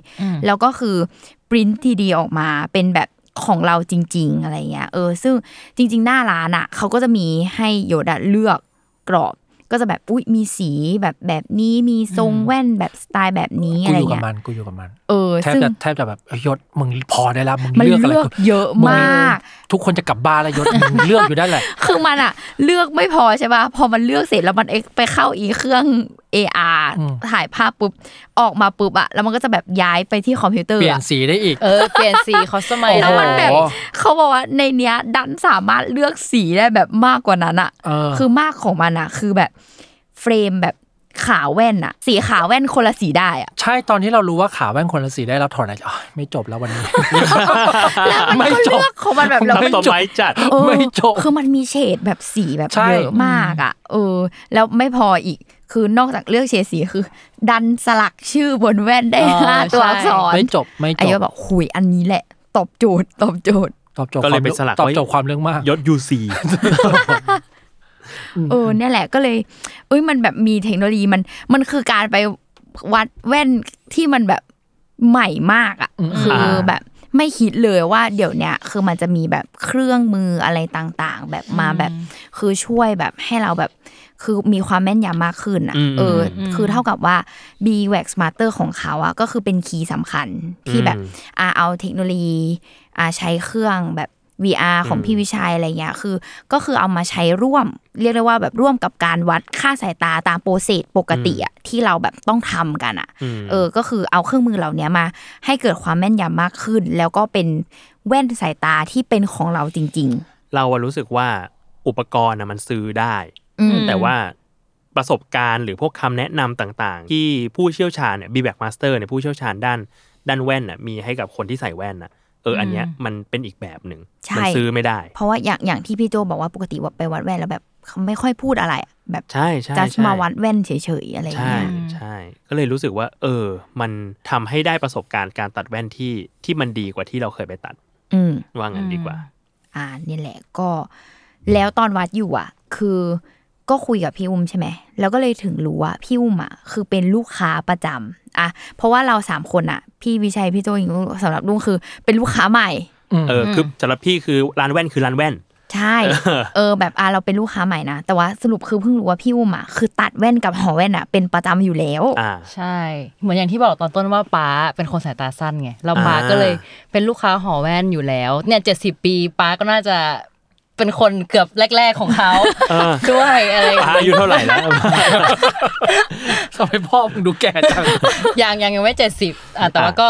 แล้วก็คือปริ้นทีดีออกมาเป็นแบบของเราจริง ๆ อะไรเงี้ยเออ ซึ่งจริง ๆ หน้าร้านอ่ะเขาก็จะมีให้โยดะเลือกกรอบ ก็จะแบบอุ้ยมีสีแบบแบบนี้มีทรงแว่นแบบสไตล์แบบนี้
กู
อะไร
อยู่กั
เงี้
บ
ย
มันกูอยู่กับมัน
เออ
แทบ
ซึ่ง
จะแทบจะแบบเอ้ยยศมึงพอได้แล้วมึง
มัน
เลือกอะไร
เลือก
กู
เยอะมาก
ทุกคนจะกลับบ้านแล้วยศมึงเลือกอยู่ได้แห ละ
คือมันอะเลือกไม่พอใช่ป่ะพอมันเลือกเสร็จแล้วมันเอ็กซ์ไปเข้าอีเครื่อง AR
อืม
ถ่ายภาพปุ๊บออกมาปุ๊บอะแล้วมันก็จะแบบย้ายไปที่คอมพิวเตอร์
เปลี่ยน
อะ
สีได้อีก
เออ เปลี่ยนสีคอสไม
แล้วมันแบบ
โอ้โห
เขาบอกว่าในเนี้ยดันสามารถเลือกสีได้แบบมากกว่านั้นอะ
เออ
คือมากของมันอะคือแบบเฟรมแบบขาวแว่นอะสีขาวแว่นคนละสีได้ อะ
ใช่ตอนที่เรารู้ว่าขาแว่นคนละสีได้เราถอนหายใจอ๋อไม่จบแล้ว วันนี้
แล้วมัน
ไม่
ก็
จบ
เลือกของมันแบบเรา
ไม่
ไม่
จบไม้จัด
เออ
ไม่จบ
คือมันมีเฉดแบบสีแบบ
ใช่
เยอะมากอะเออ แล้วไม่พออีกคือนอกจากเลือกเฉดสีคือ ดันสลักชื่อบนแว่นได้
เออ
ห้าตัวอัก
ใช่
ษร
ไม่จบไม่จ
ไอ้
บ
ก็บอกหุยอันนี้แหละ ตอบโจทย์ตอบโจทย์
ตอบโจทย์
ก็
ค
เล
วาย ม
ไปสลัก
ตอบ
ไว้
โจทย์ความเรื่องมาก
ยศ UC
เออเนี่ยแหละก็เลย เอ้ยมันแบบมีเทคโนโลยีมันมันคือการไปวัดแว่นที่มันแบบใหม่มากอ่ะคือแบบไม่คิดเลยว่าเดี๋ยวเนี้ยคือมันจะมีแบบเครื่องมืออะไรต่างๆ แบบมาแบบคือช่วยแบบให้เราแบบคือมีความแม่นยำมากขึ้นอ่ะ
อืม
เอออ
ม
คือเท่ากับว่า b w a x Master ของเขาอ่ะก็คือเป็นคีย์สำคัญที่แบบ
อืม
อาเอาเทคโนโลยีอาใช้เครื่องแบบ VR ของพี่วิชัยอะไรเงี้ยคือ ก็คือเอามาใช้ร่วม เรียกได้ว่าแบบร่วมกับการวัดค่าสายตาตามโปรเซสปกติอะที่เราแบบต้องทำกันอะ
อืม
เออก็คือเอาเครื่องมือเหล่านี้มา ให้เกิดความแม่นยำมากขึ้น แล้วก็เป็นแว่นสายตาที่เป็นของเราจริง
เราอะรู้สึกว่าอุปกรณ์อะมันซื้อได้
ๆ อืม
แต่ว่าประสบการณ์หรือพวกคำแนะนำต่างๆ ที่ผู้เชี่ยวชาญเนี่ยบีแบ็กมาสเตอร์เนี่ยผู้เชี่ยวชาญด้านด้านแว่นน่ะมีให้กับคนที่ใส่แว่นน่ะเอออันเนี้ยมันเป็นอีกแบบหนึ่ง
ใช่
มัซื้อไม่ได้
เพราะว่าอย่างอย่างที่พี่โจบอกว่าปกติว่าไปวัดแว่นแล้วแบบเขาไม่ค่อยพูดอะไรอะแบบ
ใช่ใช่
จะ
ใช่
มาวัดแว่นเฉยๆอะไร
ใช่
เงี้ย
ใช่ ก็เลยรู้สึกว่า เออ มันทำให้ได้ประสบการณ์การตัดแว่นที่ที่มันดีกว่าที่เราเคยไปตัด
อืม
ว่างั้นดีกว่า
อ่าเนี่ยแหละก็แล้วตอนวัดอยู่อ่ะ คือก็คุยกับพี่อุ้มใช่ไหมแล้วก็เลยถึงรู้ว่าพี่อุ้มอ่ะคือเป็นลูกค้าประจำอ่ะเพราะว่าเราสามคนอ่ะ พี่วิชัยพี่โจอิงสำหรับลุงคือเป็นลูกค้าใหม่
เออคือสำหรับพี่คือร้านแว่นคือร้านแว่น
ใช่ เออแบบอ่ะเราเป็นลูกค้าใหม่นะ แต่ว่าสรุปคือเพิ่งรู้ว่าพี่อุ้มอ่ะคือตัดแว่นกับหอแว่นอ่ะเป็นประจำอยู่แล้ว
อ่า
ใช่ เหมือนอย่างที่บอกตอนต้นว่าป้าเป็นคนสายตาสั้นไงแล้วป้า
อ่า
ก็เลยเป็นลูกค้าหอแว่นอยู่แล้ว เนี่ยเจ็ดสิบปีป้าก็น่าจะเป็นคนเกือบแรก ๆของเขา
เอ อ
ด้วยอะไรอย่าง
ป้าอา
เงี้ย
ยุเท่าไหร่แล้ว
ทำไมพ่อมึงดูแก่จัง
ยังยังยังไม่เจ็ดสิบอ่ะแต่ว่าก็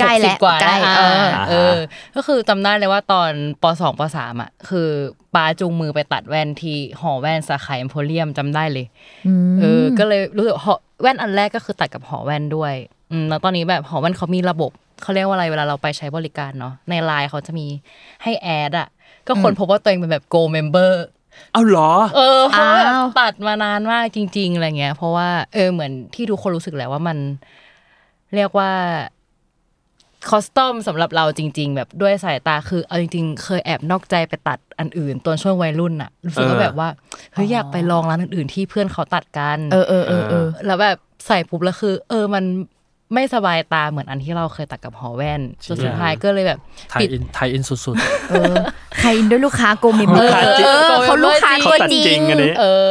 ใกล้แล้ว
60กว่า
ใกล้
อ่ะ
เออ
เออ ก็คือจำได้เลยว่าตอนปสองปสามอ่ะ คือป้าจูงมือไปตัดแว่นที่หอแว่นสาขาเอ็มโพเรียมจำได้เลย เออ ก็เลยรู้สึกหอแว่นอันแรกก็คือตัดกับหอแว่นด้วย อืม แล้วตอนนี้แบบหอแว่นเขามีระบบ เขาเรียกว่าอะไรเวลาเราไปใช้บริการเนาะ ในไลน์เขาจะมีให้แอดอ่ะ ก็คนพบว่าตัวเองเป็นแบบ go member
เอาเหรอ
เออเพราะว่าแบบ
อ้าว
ตัดมานานมากจริง ๆ อะไรเงี้ย เพราะว่า เออ เหมือนที่ทุกคนรู้สึกแหล้วว่ามัน เรียกว่าคอสตอมสำหรับเราจริง ๆ แบบด้วยสายตาคือเอาจริง ๆ เคยแอบนอกใจไปตัดอันอื่นตอนช่วงวัยรุ่นอะรู้สึกว่า
เออ
แบบว่าเฮ้ยอยากไปลองร้านอื่นๆที่เพื่อนเขาตัดกัน
เออเออเออเออ
แล้วแบบใส่ปุ๊บแล้วคือ เออมันไม่สบายตาเหมือนอันที่เราเคยตัดกับหอแว่นจนสุดท้ายก็เลยแบบ
ไทยอินไทยอินสุด
เออใครด้วยลูกค้าโกเมมเบอร์
เออ
เออ
โกเมมเบอร์
เขาลูกค้า
เขา
ตัว
ตัด
จริ
จริง
ง
อันนี้
เออ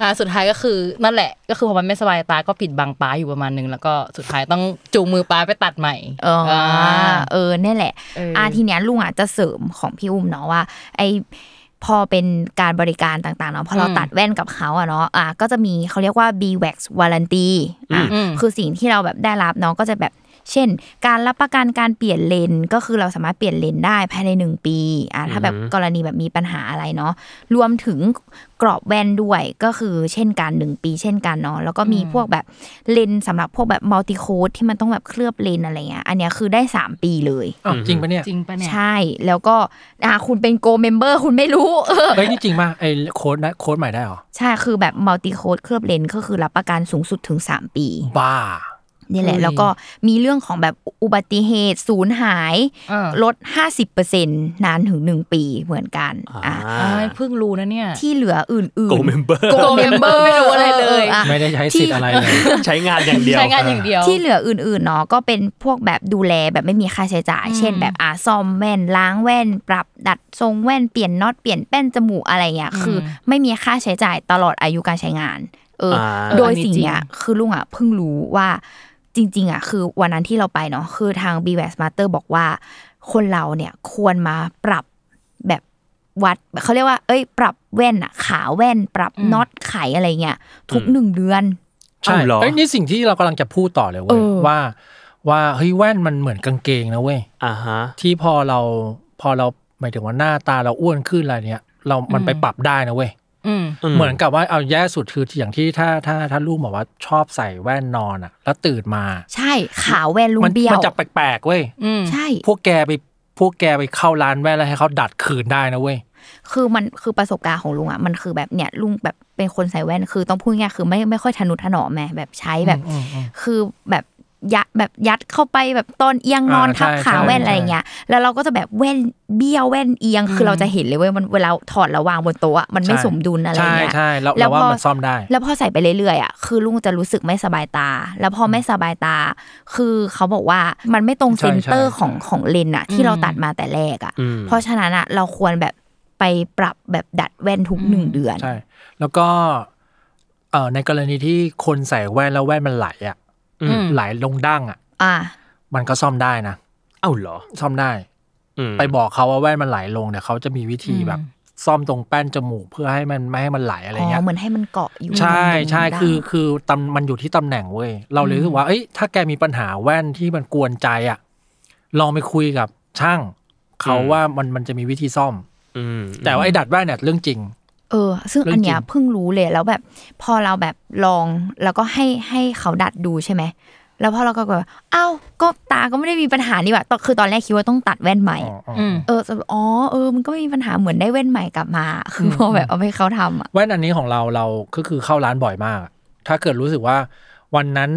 อ่าสุดท้ายก็คือนั่นแหละ ก็คือพอมันไม่สบายตาก็ปิดบังป้าอยู่ประมาณนึงแล้วก็สุดท้ายต้องจูงมือป้าไปตัดใหม่
อ๋ออา เออเนี่ยแหละ
เอออ่
อ่าทีเนี้ยลุงอ่ะจะเสริมของพี่อุ้มเนาะว่า ไอพอเป็นการบริการต่างๆเนาะพอเราตัดแว่นกับเขาอะเนาะอ่ะก็จะมีเขาเรียกว่า b w a x warranty อ่ะคือสิ่งที่เราแบบได้รับเนาะก็จะแบบ เช่น การรับประกันการเปลี่ยนเลนส์ก็คือเราสามารถเปลี่ยนเลนส์ได้ภายในหนึ่งปีอ่ะถ้าแบบกรณีแบบมีปัญหาอะไรเนาะรวมถึงกรอบแว่นด้วยก็คือเช่นกันหนึ่งปี เช่นกันเนาะแล้วก็มีพวกแบบเลนส์สำหรับพวกแบบมัลติโคดที่มันต้องแบบเคลือบเลนส์อะไรเงี้ยอันเนี้ยคือได้ 3 ปีเลย
ๆอ้าวจริงปะเนี่ย
จริงปะเนี่ย
ใช่ แล้วก็อ่ะคุณเป็นโกเมมเบอร์คุณไม่รู้เออ
เฮ้ยนี่จริงมากไอ้โค้ดนะโค้ดใหม่ได้เหรอ
ใช่คือแบบมัลติโคดเคลือบเลนส์ก็คือรับประกันสูงสุดถึง 3 ปี
บ้า
นี่แหละ
เฮ้ย
แล้วก็มีเรื่องของแบบอุบัติเหตุสูญหาย
อ่า
ลด 50%นานถึง 1 ปีเหมือนกันอ่ะ
อ้ายเพิ่งรู้นะเนี่ย
ที่เหลืออื่นๆ
Go member
โก
Go
เมมเบอ
member
ร์
ไม่รู้อะไรเลย
ไม่ได้ใช้สิทธิ์อะไรเลย
ใช้งานอย่างเดียว
ใช้งานอย่างเดียว
ที่เหลืออื่นๆเนาะก็เป็นพวกแบบดูแลแบบไม่มีค่าใช้จ่าย เช่นแบบอาซ่อมแว่นล้างแว่น ปรับดัดทรงแว่นเปลี่ยนน็อตเปลี่ยนแป้นจมูกอะไรอย่างเงี้ยคือ ไม่มีค่าใช้จ่ายตลอดอายุการใช้งานเอออ
า
โดย
อันนี้
สิ่ง
จริง
เนี้ยคือลุงอ่ะเพิ่งรู้ว่าจริง ๆอ่ะคือวันนั้นที่เราไปเนาะคือทาง b w a s Master บอกว่า คนเราเนี่ยควรมาปรับแบบวัดเขาเรียกว่า เอ้ย ปรับแว่นอ่ะขาแว่น ปรับน็อตไขอะไรเงี้ยทุก
อืม
หนึ่งเดือน
ใช่
อ้าวเหรอ
เอ้ยนี่สิ่งที่เรากำลังจะพูดต่อเลยเว้ย
เออ
ว่า ว่าเฮ้ยแว่นมันเหมือนกางเกงนะเว้ย
อ่าฮะ
ที่พอเราพอเราหมายถึงว่าหน้าตาเราอ้วนขึ้นอะไรเนี้ยเรามันไปปรับได้นะเว้ย
อืม
อืม
เหมือนกับว่าเอาแย่สุดคืออย่างที่ถ้าถ้าถ้าลูกบอกว่าชอบใส่แว่นนอนอ่ะ แล้วตื่นมา
ใช่ขาแว่นลุง
มั
เบี้ยว
มัจะแปลกๆเว้ย
อืม
ใช่
พวกแกไปพวกแกไปเข้าร้านแว่นแล้วให้เขาดัดคืนได้นะเว้ย
คือมันคือประสบการณ์ของลุงอ่ะมันคือแบบเนี่ยลุงแบบเป็นคนใส่แว่นคือต้องพูดง่ายๆคือไม่ไม่ค่อยทะนุถนอมแม่แบบใช้แบบ คือแบบยัดแบบยัดเข้าไปแบบตอนเอียงนอน
อ่า
ทับ
ใช่
ขา
ใช่
แว่น
ใช่
อะไรเงี้ยแล้วเราก็จะแบบแว่นเบี้ยวแว่นเอียง คือเราจะเห็นเลยเว้ยมันเวลาถอดแล้ววางบนโต๊ะอะมันไม่
ใช่
สมดุลอะไร
ใช่
เงี้ย
ใช่เรา
แล้ว
เราว่า
พอ
มันซ่อมได้
แล้วพอใส่ไปเรื่อยๆอ่ะคือลุงจะรู้สึกไม่สบายตา แล้วพอไม่สบายตา คือเขาบอกว่ามันไม่ตรง
ใช่
เซนเตอร์
ใช่
ของของเลนส์อ่ะที่เราตัดมาแต่แรกอ่ะ
อืม
เพราะฉะนั้นอ่ะเราควรแบบไปปรับแบบดัดแว่นทุกหนึ่งเดือน
ใช่ แล้วก็เอ่อในกรณีที่คนใส่แว่นแล้วแว่นมันไหลอ่ะ
อืม
ไหลลงดั้งอ่ะ
อ่า
มันก็ซ่อมได้นะ
เอ้าเหรอ
ซ่อมได้
อืม
ไปบอกเขาว่าแว่นมันไหลลงเนี่ยเขาจะมีวิธีแบบซ่อมตรงแป้นจมูกเพื่อให้มันไม่ให้มันไหลอะไร
อ๋
เงี้
อ
ย
เหมือนให้มันเกาะอยู่
ใช่
ตรง
ใช่
ด้าน
คือคือตำมันอยู่ที่ตำแหน่งเว้ยเราเลยรู้สึกว่าเอ้ยถ้าแกมีปัญหาแว่นที่มันกวนใจอ่ะลองไปคุยกับช่างเขาว่ามันมันจะมีวิธีซ่อม
อืม
แต่ว่าไอ้ดัดแว่นเนี่ยเรื่องจริง
เออ ซึ่ง
เรื่อง
อันเนี้ย
จริง
เพิ่งรู้เลยแล้วแบบ พอเราแบบลองแล้วก็ให้ให้เขาดัดดูใช่ไหม แล้วพอเราก็แบบอ้าวก็ตาก็ไม่ได้มีปัญหานี่หว่าตอนคือตอนแรกคิดว่าต้องตัดแว่นใหม่
อ๋ออ๋อ
อืม
เออแต่อ๋อเออมันก็ไม่มีปัญหาเหมือนได้แว่นใหม่กลับมา คือพอแบบเอาไปให้เขาทำอ่ะ
แว่นอันนี้ของเราเราก็คือเข้าร้านบ่อยมาก ถ้าเกิดรู้สึกว่าวันนั้น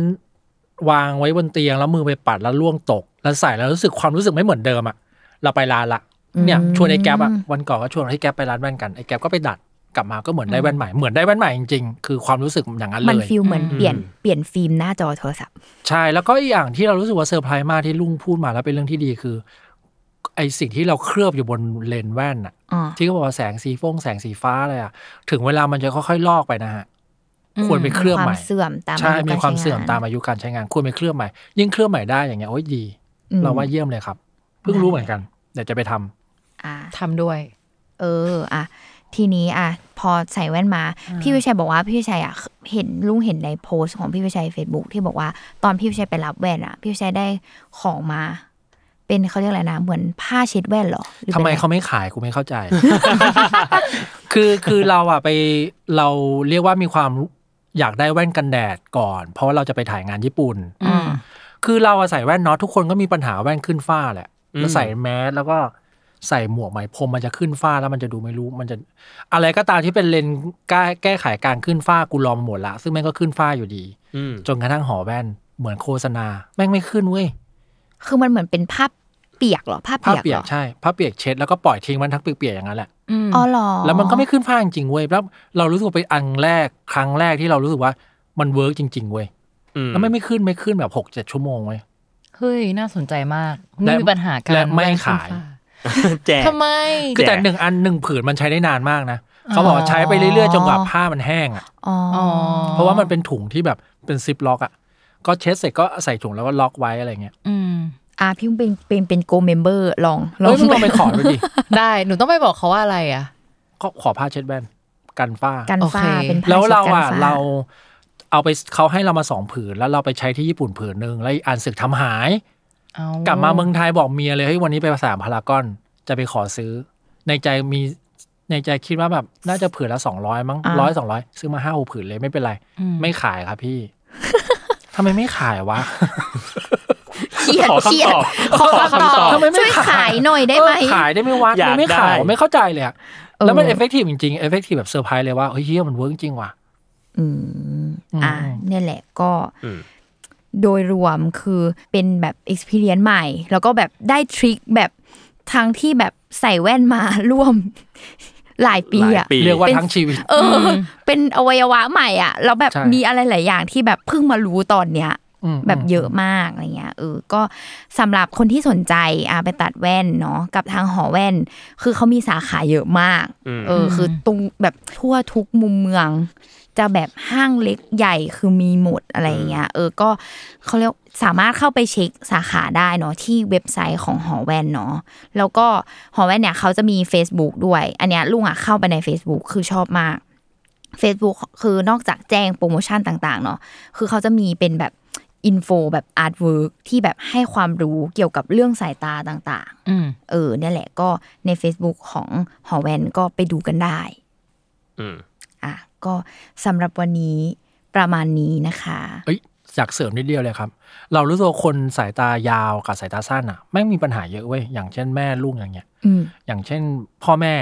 วางไว้บนเตียงแล้วมือไปปัดแล้วล่วงตก แล้วใส่แล้วรู้สึกความรู้สึกไม่เหมือนเดิมอ่ะเราไปร้านละเนี่ยชวนไอ้แก๊ปอ่ะวันก่อนก็ชวนให้แก๊ปไปร้านแว่นกันไอ้แก๊ปก็ไปดัดกลับมาก็เหมือนได้แว่นใหม่เหมือนได้แว่นใหม่จริงๆคือความรู้สึกอย่างนั้นเลย
มันฟิลเหมือน
อืม
เปลี่ยนเปลี่ยนฟิล์มหน้าจอโทรศัพท์
ใช่ แล้วก็อีกอย่างที่เรารู้สึกว่าเซอร์ไพรส์มากที่ลุงพูดมาแล้วเป็นเรื่องที่ดีคือ ไอสิ่งที่เราเคลือบอยู่บนเลนส์แว่นอะ
อ๋อ
ที่เขาบอกว่าแสงสีฟงแสงสีฟ้าอะไรอะถึงเวลามันจะค่อยๆลอกไปนะฮะ
อืม
ควรไปเคลือบ
มี
ให
ค
ม่
วามเสื่อมตาม
ใช่
อายุ
มีความ
กรใช้
เสื่อม
งน
ตามอายุการใช้งาน ควรไปเคลือบใหม่ ยิ่งเคลือบใหม่ได้อย่างเงี้ยโอ้ยดี
อืม
เราว่าเยี่ยมเลยครับ เพิ่งรู้เหมือนกันเดี๋ยวจะไปทำ
อ่า
ทำด้วย
เอออ่ะทีนี้อ่ะพอใส่แว่นมา พี่วิชัยบอกว่าพี่วิชัยอ่ะเห็นลุงเห็นในโพสต์ของพี่วิชัย Facebook ที่บอกว่าตอนพี่วิชัยไปรับแว่นอ่ะ พี่วิชัยได้ของมา เป็นเขาเรียกอะไรนะ เหมือนผ้าเช็ดแว่นเหรอหรือ
ทำไม
ป็นอะร
เขาไม่ขายกูไม่เข้าใจ คือคือเราอะไปเราเรียกว่ามีความอยากได้แว่นกันแดดก่อน เพราะว่าเราจะไปถ่ายงานญี่ปุ่น
อืม
คือเราอะใส่แว่นเนาะทุกคนก็มีปัญหาแว่นขึ้นฝ้าแหละ
อืม
แล้วใส่แมสแล้วก็ใส่หมวกไหมพรมมันจะขึ้นฝ้าแล้วมันจะดูไม่รู้มันจะ อะไรก็ตามที่เป็นเลนส์แก้แก้ไขการขึ้นฝ้ากูลองมาหมดละซึ่งแม่งก็ขึ้นฝ้าอยู่ดี
อืม
จนกระทั่งหอแว่นเหมือนโฆษณา แม่งไม่ขึ้นเว้ย
คือมันเหมือนเป็นภาพเปียกเหรอภาพ
ผ้า
เปียก
เปีย
เห
ก
รอ
ใช่ผ้าเปียกเช็ดแล้วก็ปล่อยทิ้งมันทั้งเปียกๆอย่างนั้นแหละ
อ๋อเหรอ
แล้วมันก็ไม่ขึ้นฟ้าจริงๆเว้ยแล้วเรารู้สึกว่าเป็นอันแรกครั้งแรกที่เรารู้สึกว่ามันเวิร์กจริง ๆ เว้ย
อื
แล้วไม่ไม่ขึ้นไม่ขึ้นแบบหกเจ็ดชั่วโมงเว้ย
เฮ้ย น่าสนใจมาก
และ
นี่มีปัญหาการ
และไม่
แว่นขึ้น
ขาย
ฟ้
แจก
ทำไม
คือแต่
แจ๋
หนึ่งอันหนึ่งผืนมันใช้ได้นานมากนะ เขาบอกว่าใช้ไปเรื่อยๆจนกว่าผ้ามันแห้งอ่ะ
อ๋ออ
อ๋อ
เพราะว่ามันเป็นถุงที่แบบเป็นซิปล็อกอ่ะ ก็เช็ดเสร็จก็ใส่ถุงแล้วก็ล็อกไว้อะไรเงี้ย
อืม
อ่ะพี่เป็นเป็นเป็นโกเมมเบอร์ลองลอ
เฮ้
ง
ยมึงลองไปขอดูดิ
ได้ หนูต้องไปบอกเขาว่าอะไรอ่ะ
ก็ขอผ้าเช็ดแว่นกันฝ้า
กันฝ้า
โอเค
เป็นผ้
แล้วเรา
ช็ดกัน
อ่ะ
ฝ้
เราเอาไปเขาให้เรามาสองผืนแล้วเราไปใช้ที่ญี่ปุ่นผืนหนึ่งแล้วอีกอันสึกทำหาย
เอา
กลับมาเมืองไทยบอกเมียเลยเฮ้ยวันนี้ไปสามพารากอนจะไปขอซื้อ ในใจมีในใจคิดว่าแบบน่าจะผืนละสองร้อยมั้งร้อยสองร้อยซื้อมาห้าหกผืนเลยไม่เป็นไร ไม่ขายครับพี่ ทำไมไม่ขายวะ
เครียด
ขอ
เครียด
คำตอบ
ขอ
ขอคำตอบ
ทำไมไม่
ช่วย
ขาย
ขายหน่อยได้ไหม
เออขายได้ไหม่วัด
อยาก
ไม่ไม่ขาย
ได้
ไม่เข้าใจเลยอะ
เออ
แล้วมันเอฟเฟกตีฟจริงๆเอฟเฟกตีฟแบบเซอร์ไพรส์เลยว่าเฮ้ยเฮียมันเวิร์กจริงว่ะ
อืมอ่า
อืม
เนี่ยแหละก็
อืม
โดยรวมคือเป็นแบบ experience ใหม่ แล้วก็แบบได้ทริคแบบทั้งที่แบบใส่แว่นมาร่วม หลายปี
หลาย
อะ
ปี
เรียกว่า
เป็น
ทั้งชีวิต
เอออ เป็นอวัยวะใหม่อ่ะแล้วแบบ
ใช่
มีอะไรหลายอย่างที่แบบเพิ่งมารู้ตอนเนี้ย
อืม
แบบเยอะมากอะไรเงี้ยเออก็สำหรับคนที่สนใจอ่ะไปตัดแว่นเนาะกับทางหอแว่น คือเขามีสาขาเยอะมาก
อืม
เออคือตรงแบบทั่วทุกมุมเมือง จะแบบห้างเล็กใหญ่คือมีหมดอะไรเงี้ยเออก็เขาเรียกสามารถเข้าไปเช็คสาขาได้เนาะที่เว็บไซต์ของหอแว่นเนาะแล้วก็หอแว่นเนี่ยเขาจะมี Facebook ด้วย อันเนี้ยลุงอ่ะเข้าไปใน Facebook คือชอบมาก Facebook คือนอกจากแจ้งโปรโมชั่นต่างๆเนาะ คือเขาจะมีเป็นแบบอินโฟแบบอาร์ตเวิร์กที่แบบให้ความรู้เกี่ยวกับเรื่องสายตาต่าง
อืม
ๆ เออเนี่ยแหละก็ใน Facebook ของหอแวนก็ไปดูกันได้
อืม
อ่ะก็สำหรับวันนี้ประมาณนี้นะคะ
เอ้ยอยากเสริมนิดเดียวเลยครับ เรารู้สึกว่าคนสายตายาวกับสายตาสั้นอ่ะแม่งมีปัญหาเยอะเว้ยอย่างเช่นแม่ลูกอย่างเงี้ย
อืม
อย่างเช่นพ่อแม่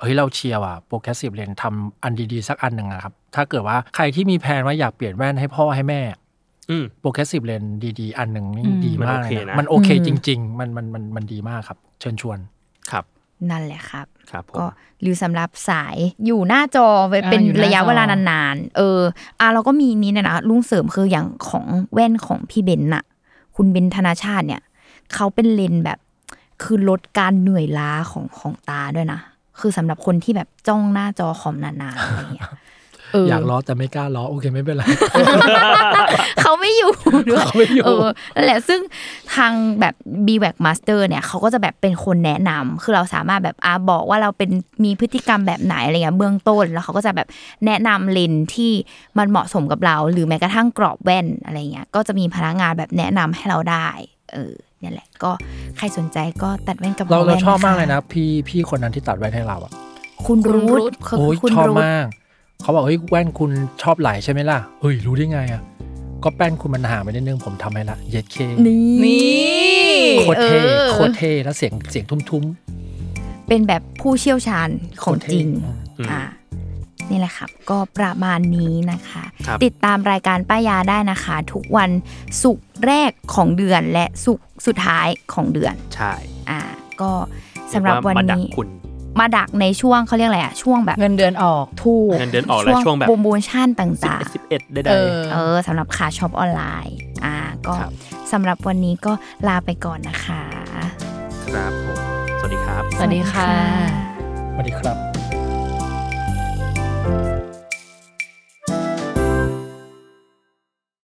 เฮ้ยเราเชียร์ว่ะโปรแกรสซีฟเลนทำอันดีๆ สักอันหนึ่งนะครับ ถ้าเกิดว่าใครที่มีแผนว่าอยากเปลี่ยนแว่นให้พ่อให้แม่
อืม
โปรแกรสซีฟเลนดีๆ อันหนึ่งนี่
อืม
ดีมาก
มันโอเค
เลยนะ
นะ
มันโอเค
อืม
จริง ๆ มันมันมันมันดีมากครับ เชิญชวน
ครับ
นั่นแหละครับ
ครับผม
ก็หรือสำหรับสายอยู่หน้าจอไว้เป็น
อ่าอยู่หน้าจอ
ระยะเวลานานๆ เออ อ่ะเราก็มีนี้นะนะลุงเสริมคืออย่างของแว่นของพี่เบนน่ะ คุณเบนธนาชาติเนี่ย เขาเป็นเลนส์แบบคือลดการเหนื่อยล้าของของตาด้วยนะ คือสำหรับคนที่แบบจ้องหน้าจอคอมนานๆอะไรอย่างเงี้ยเอออย
อากล้อแต่ไม่กล้าล้อโอเคไม่เป็นไร
เขาไม่อยู่ด้วย
เขาไม่อยู่
เออนั่นแหละซึ่งทางแบบ b w a c Master เนี่ยเขาก็จะแบบเป็นคนแนะนำคือเราสามารถแบบอาบอกว่าเราเป็นมีพฤติกรรมแบบไหนอะไรเงี้ยเบื้องต้น แล้วเขาก็จะแบบแนะนำเลนส์ที่มันเหมาะสมกับเรา หรือแม้กระทั่งกรอบแว่นอะไรเงี้ยก็จะมีพนักงานแบบแนะนำให้เราได้ เออเนี่ยแหละก็ใครสนใจก็ตัดแว่นกับ
เรา
หม
เรา
แว่น
ชอบมากเลยนะ พี่พี่คนนั้นที่ตัดแว่นให้เราอ่ะ
คุณรูท
โอ้ย
คุณ
ชอบ
รูท
มาก เขาบอกเฮ้ยแว่นคุณชอบไหลใช่ไหมล่ะเฮ้ยรู้ได้ไงอ่ะก็แป้นคุณมันห่างไปนิดนึงผมทำให้ละเย็ดเค
นี่
โคตรเท่
ออ
โคตรเท่แล้วเสียงเสียงทุ้มๆ
เป็นแบบผู้เชี่ยวชาญของจริง
อืม
อ่านี่แหละครับ ก็ประมาณนี้นะคะ
ครับ
ติดตามรายการป้ายาได้นะคะ ทุกวันศุกร์แรกของเดือนและศุกร์สุดท้ายของเดือน
ใช่
อ่า ก็สำหรับวัน
มาดัก
นี้
คุณ
มาดักในช่วงเขาเรียกอะไรอะช่วงแบบ
เงินเดือนออก
ถูก
เงินเดือนออกและช่วงแบบ
โปรโมชั่นต่าง
สิบเอ็ดได้
เอ
ได้
อ
ๆ เออสำหรับขาช็อปออนไลน์ อ่า ก็
ครับ
สำหรับวันนี้ก็ลาไปก่อนนะคะ
ครับผม
สวัสดีค่ะ
สวัสดีครับ
ส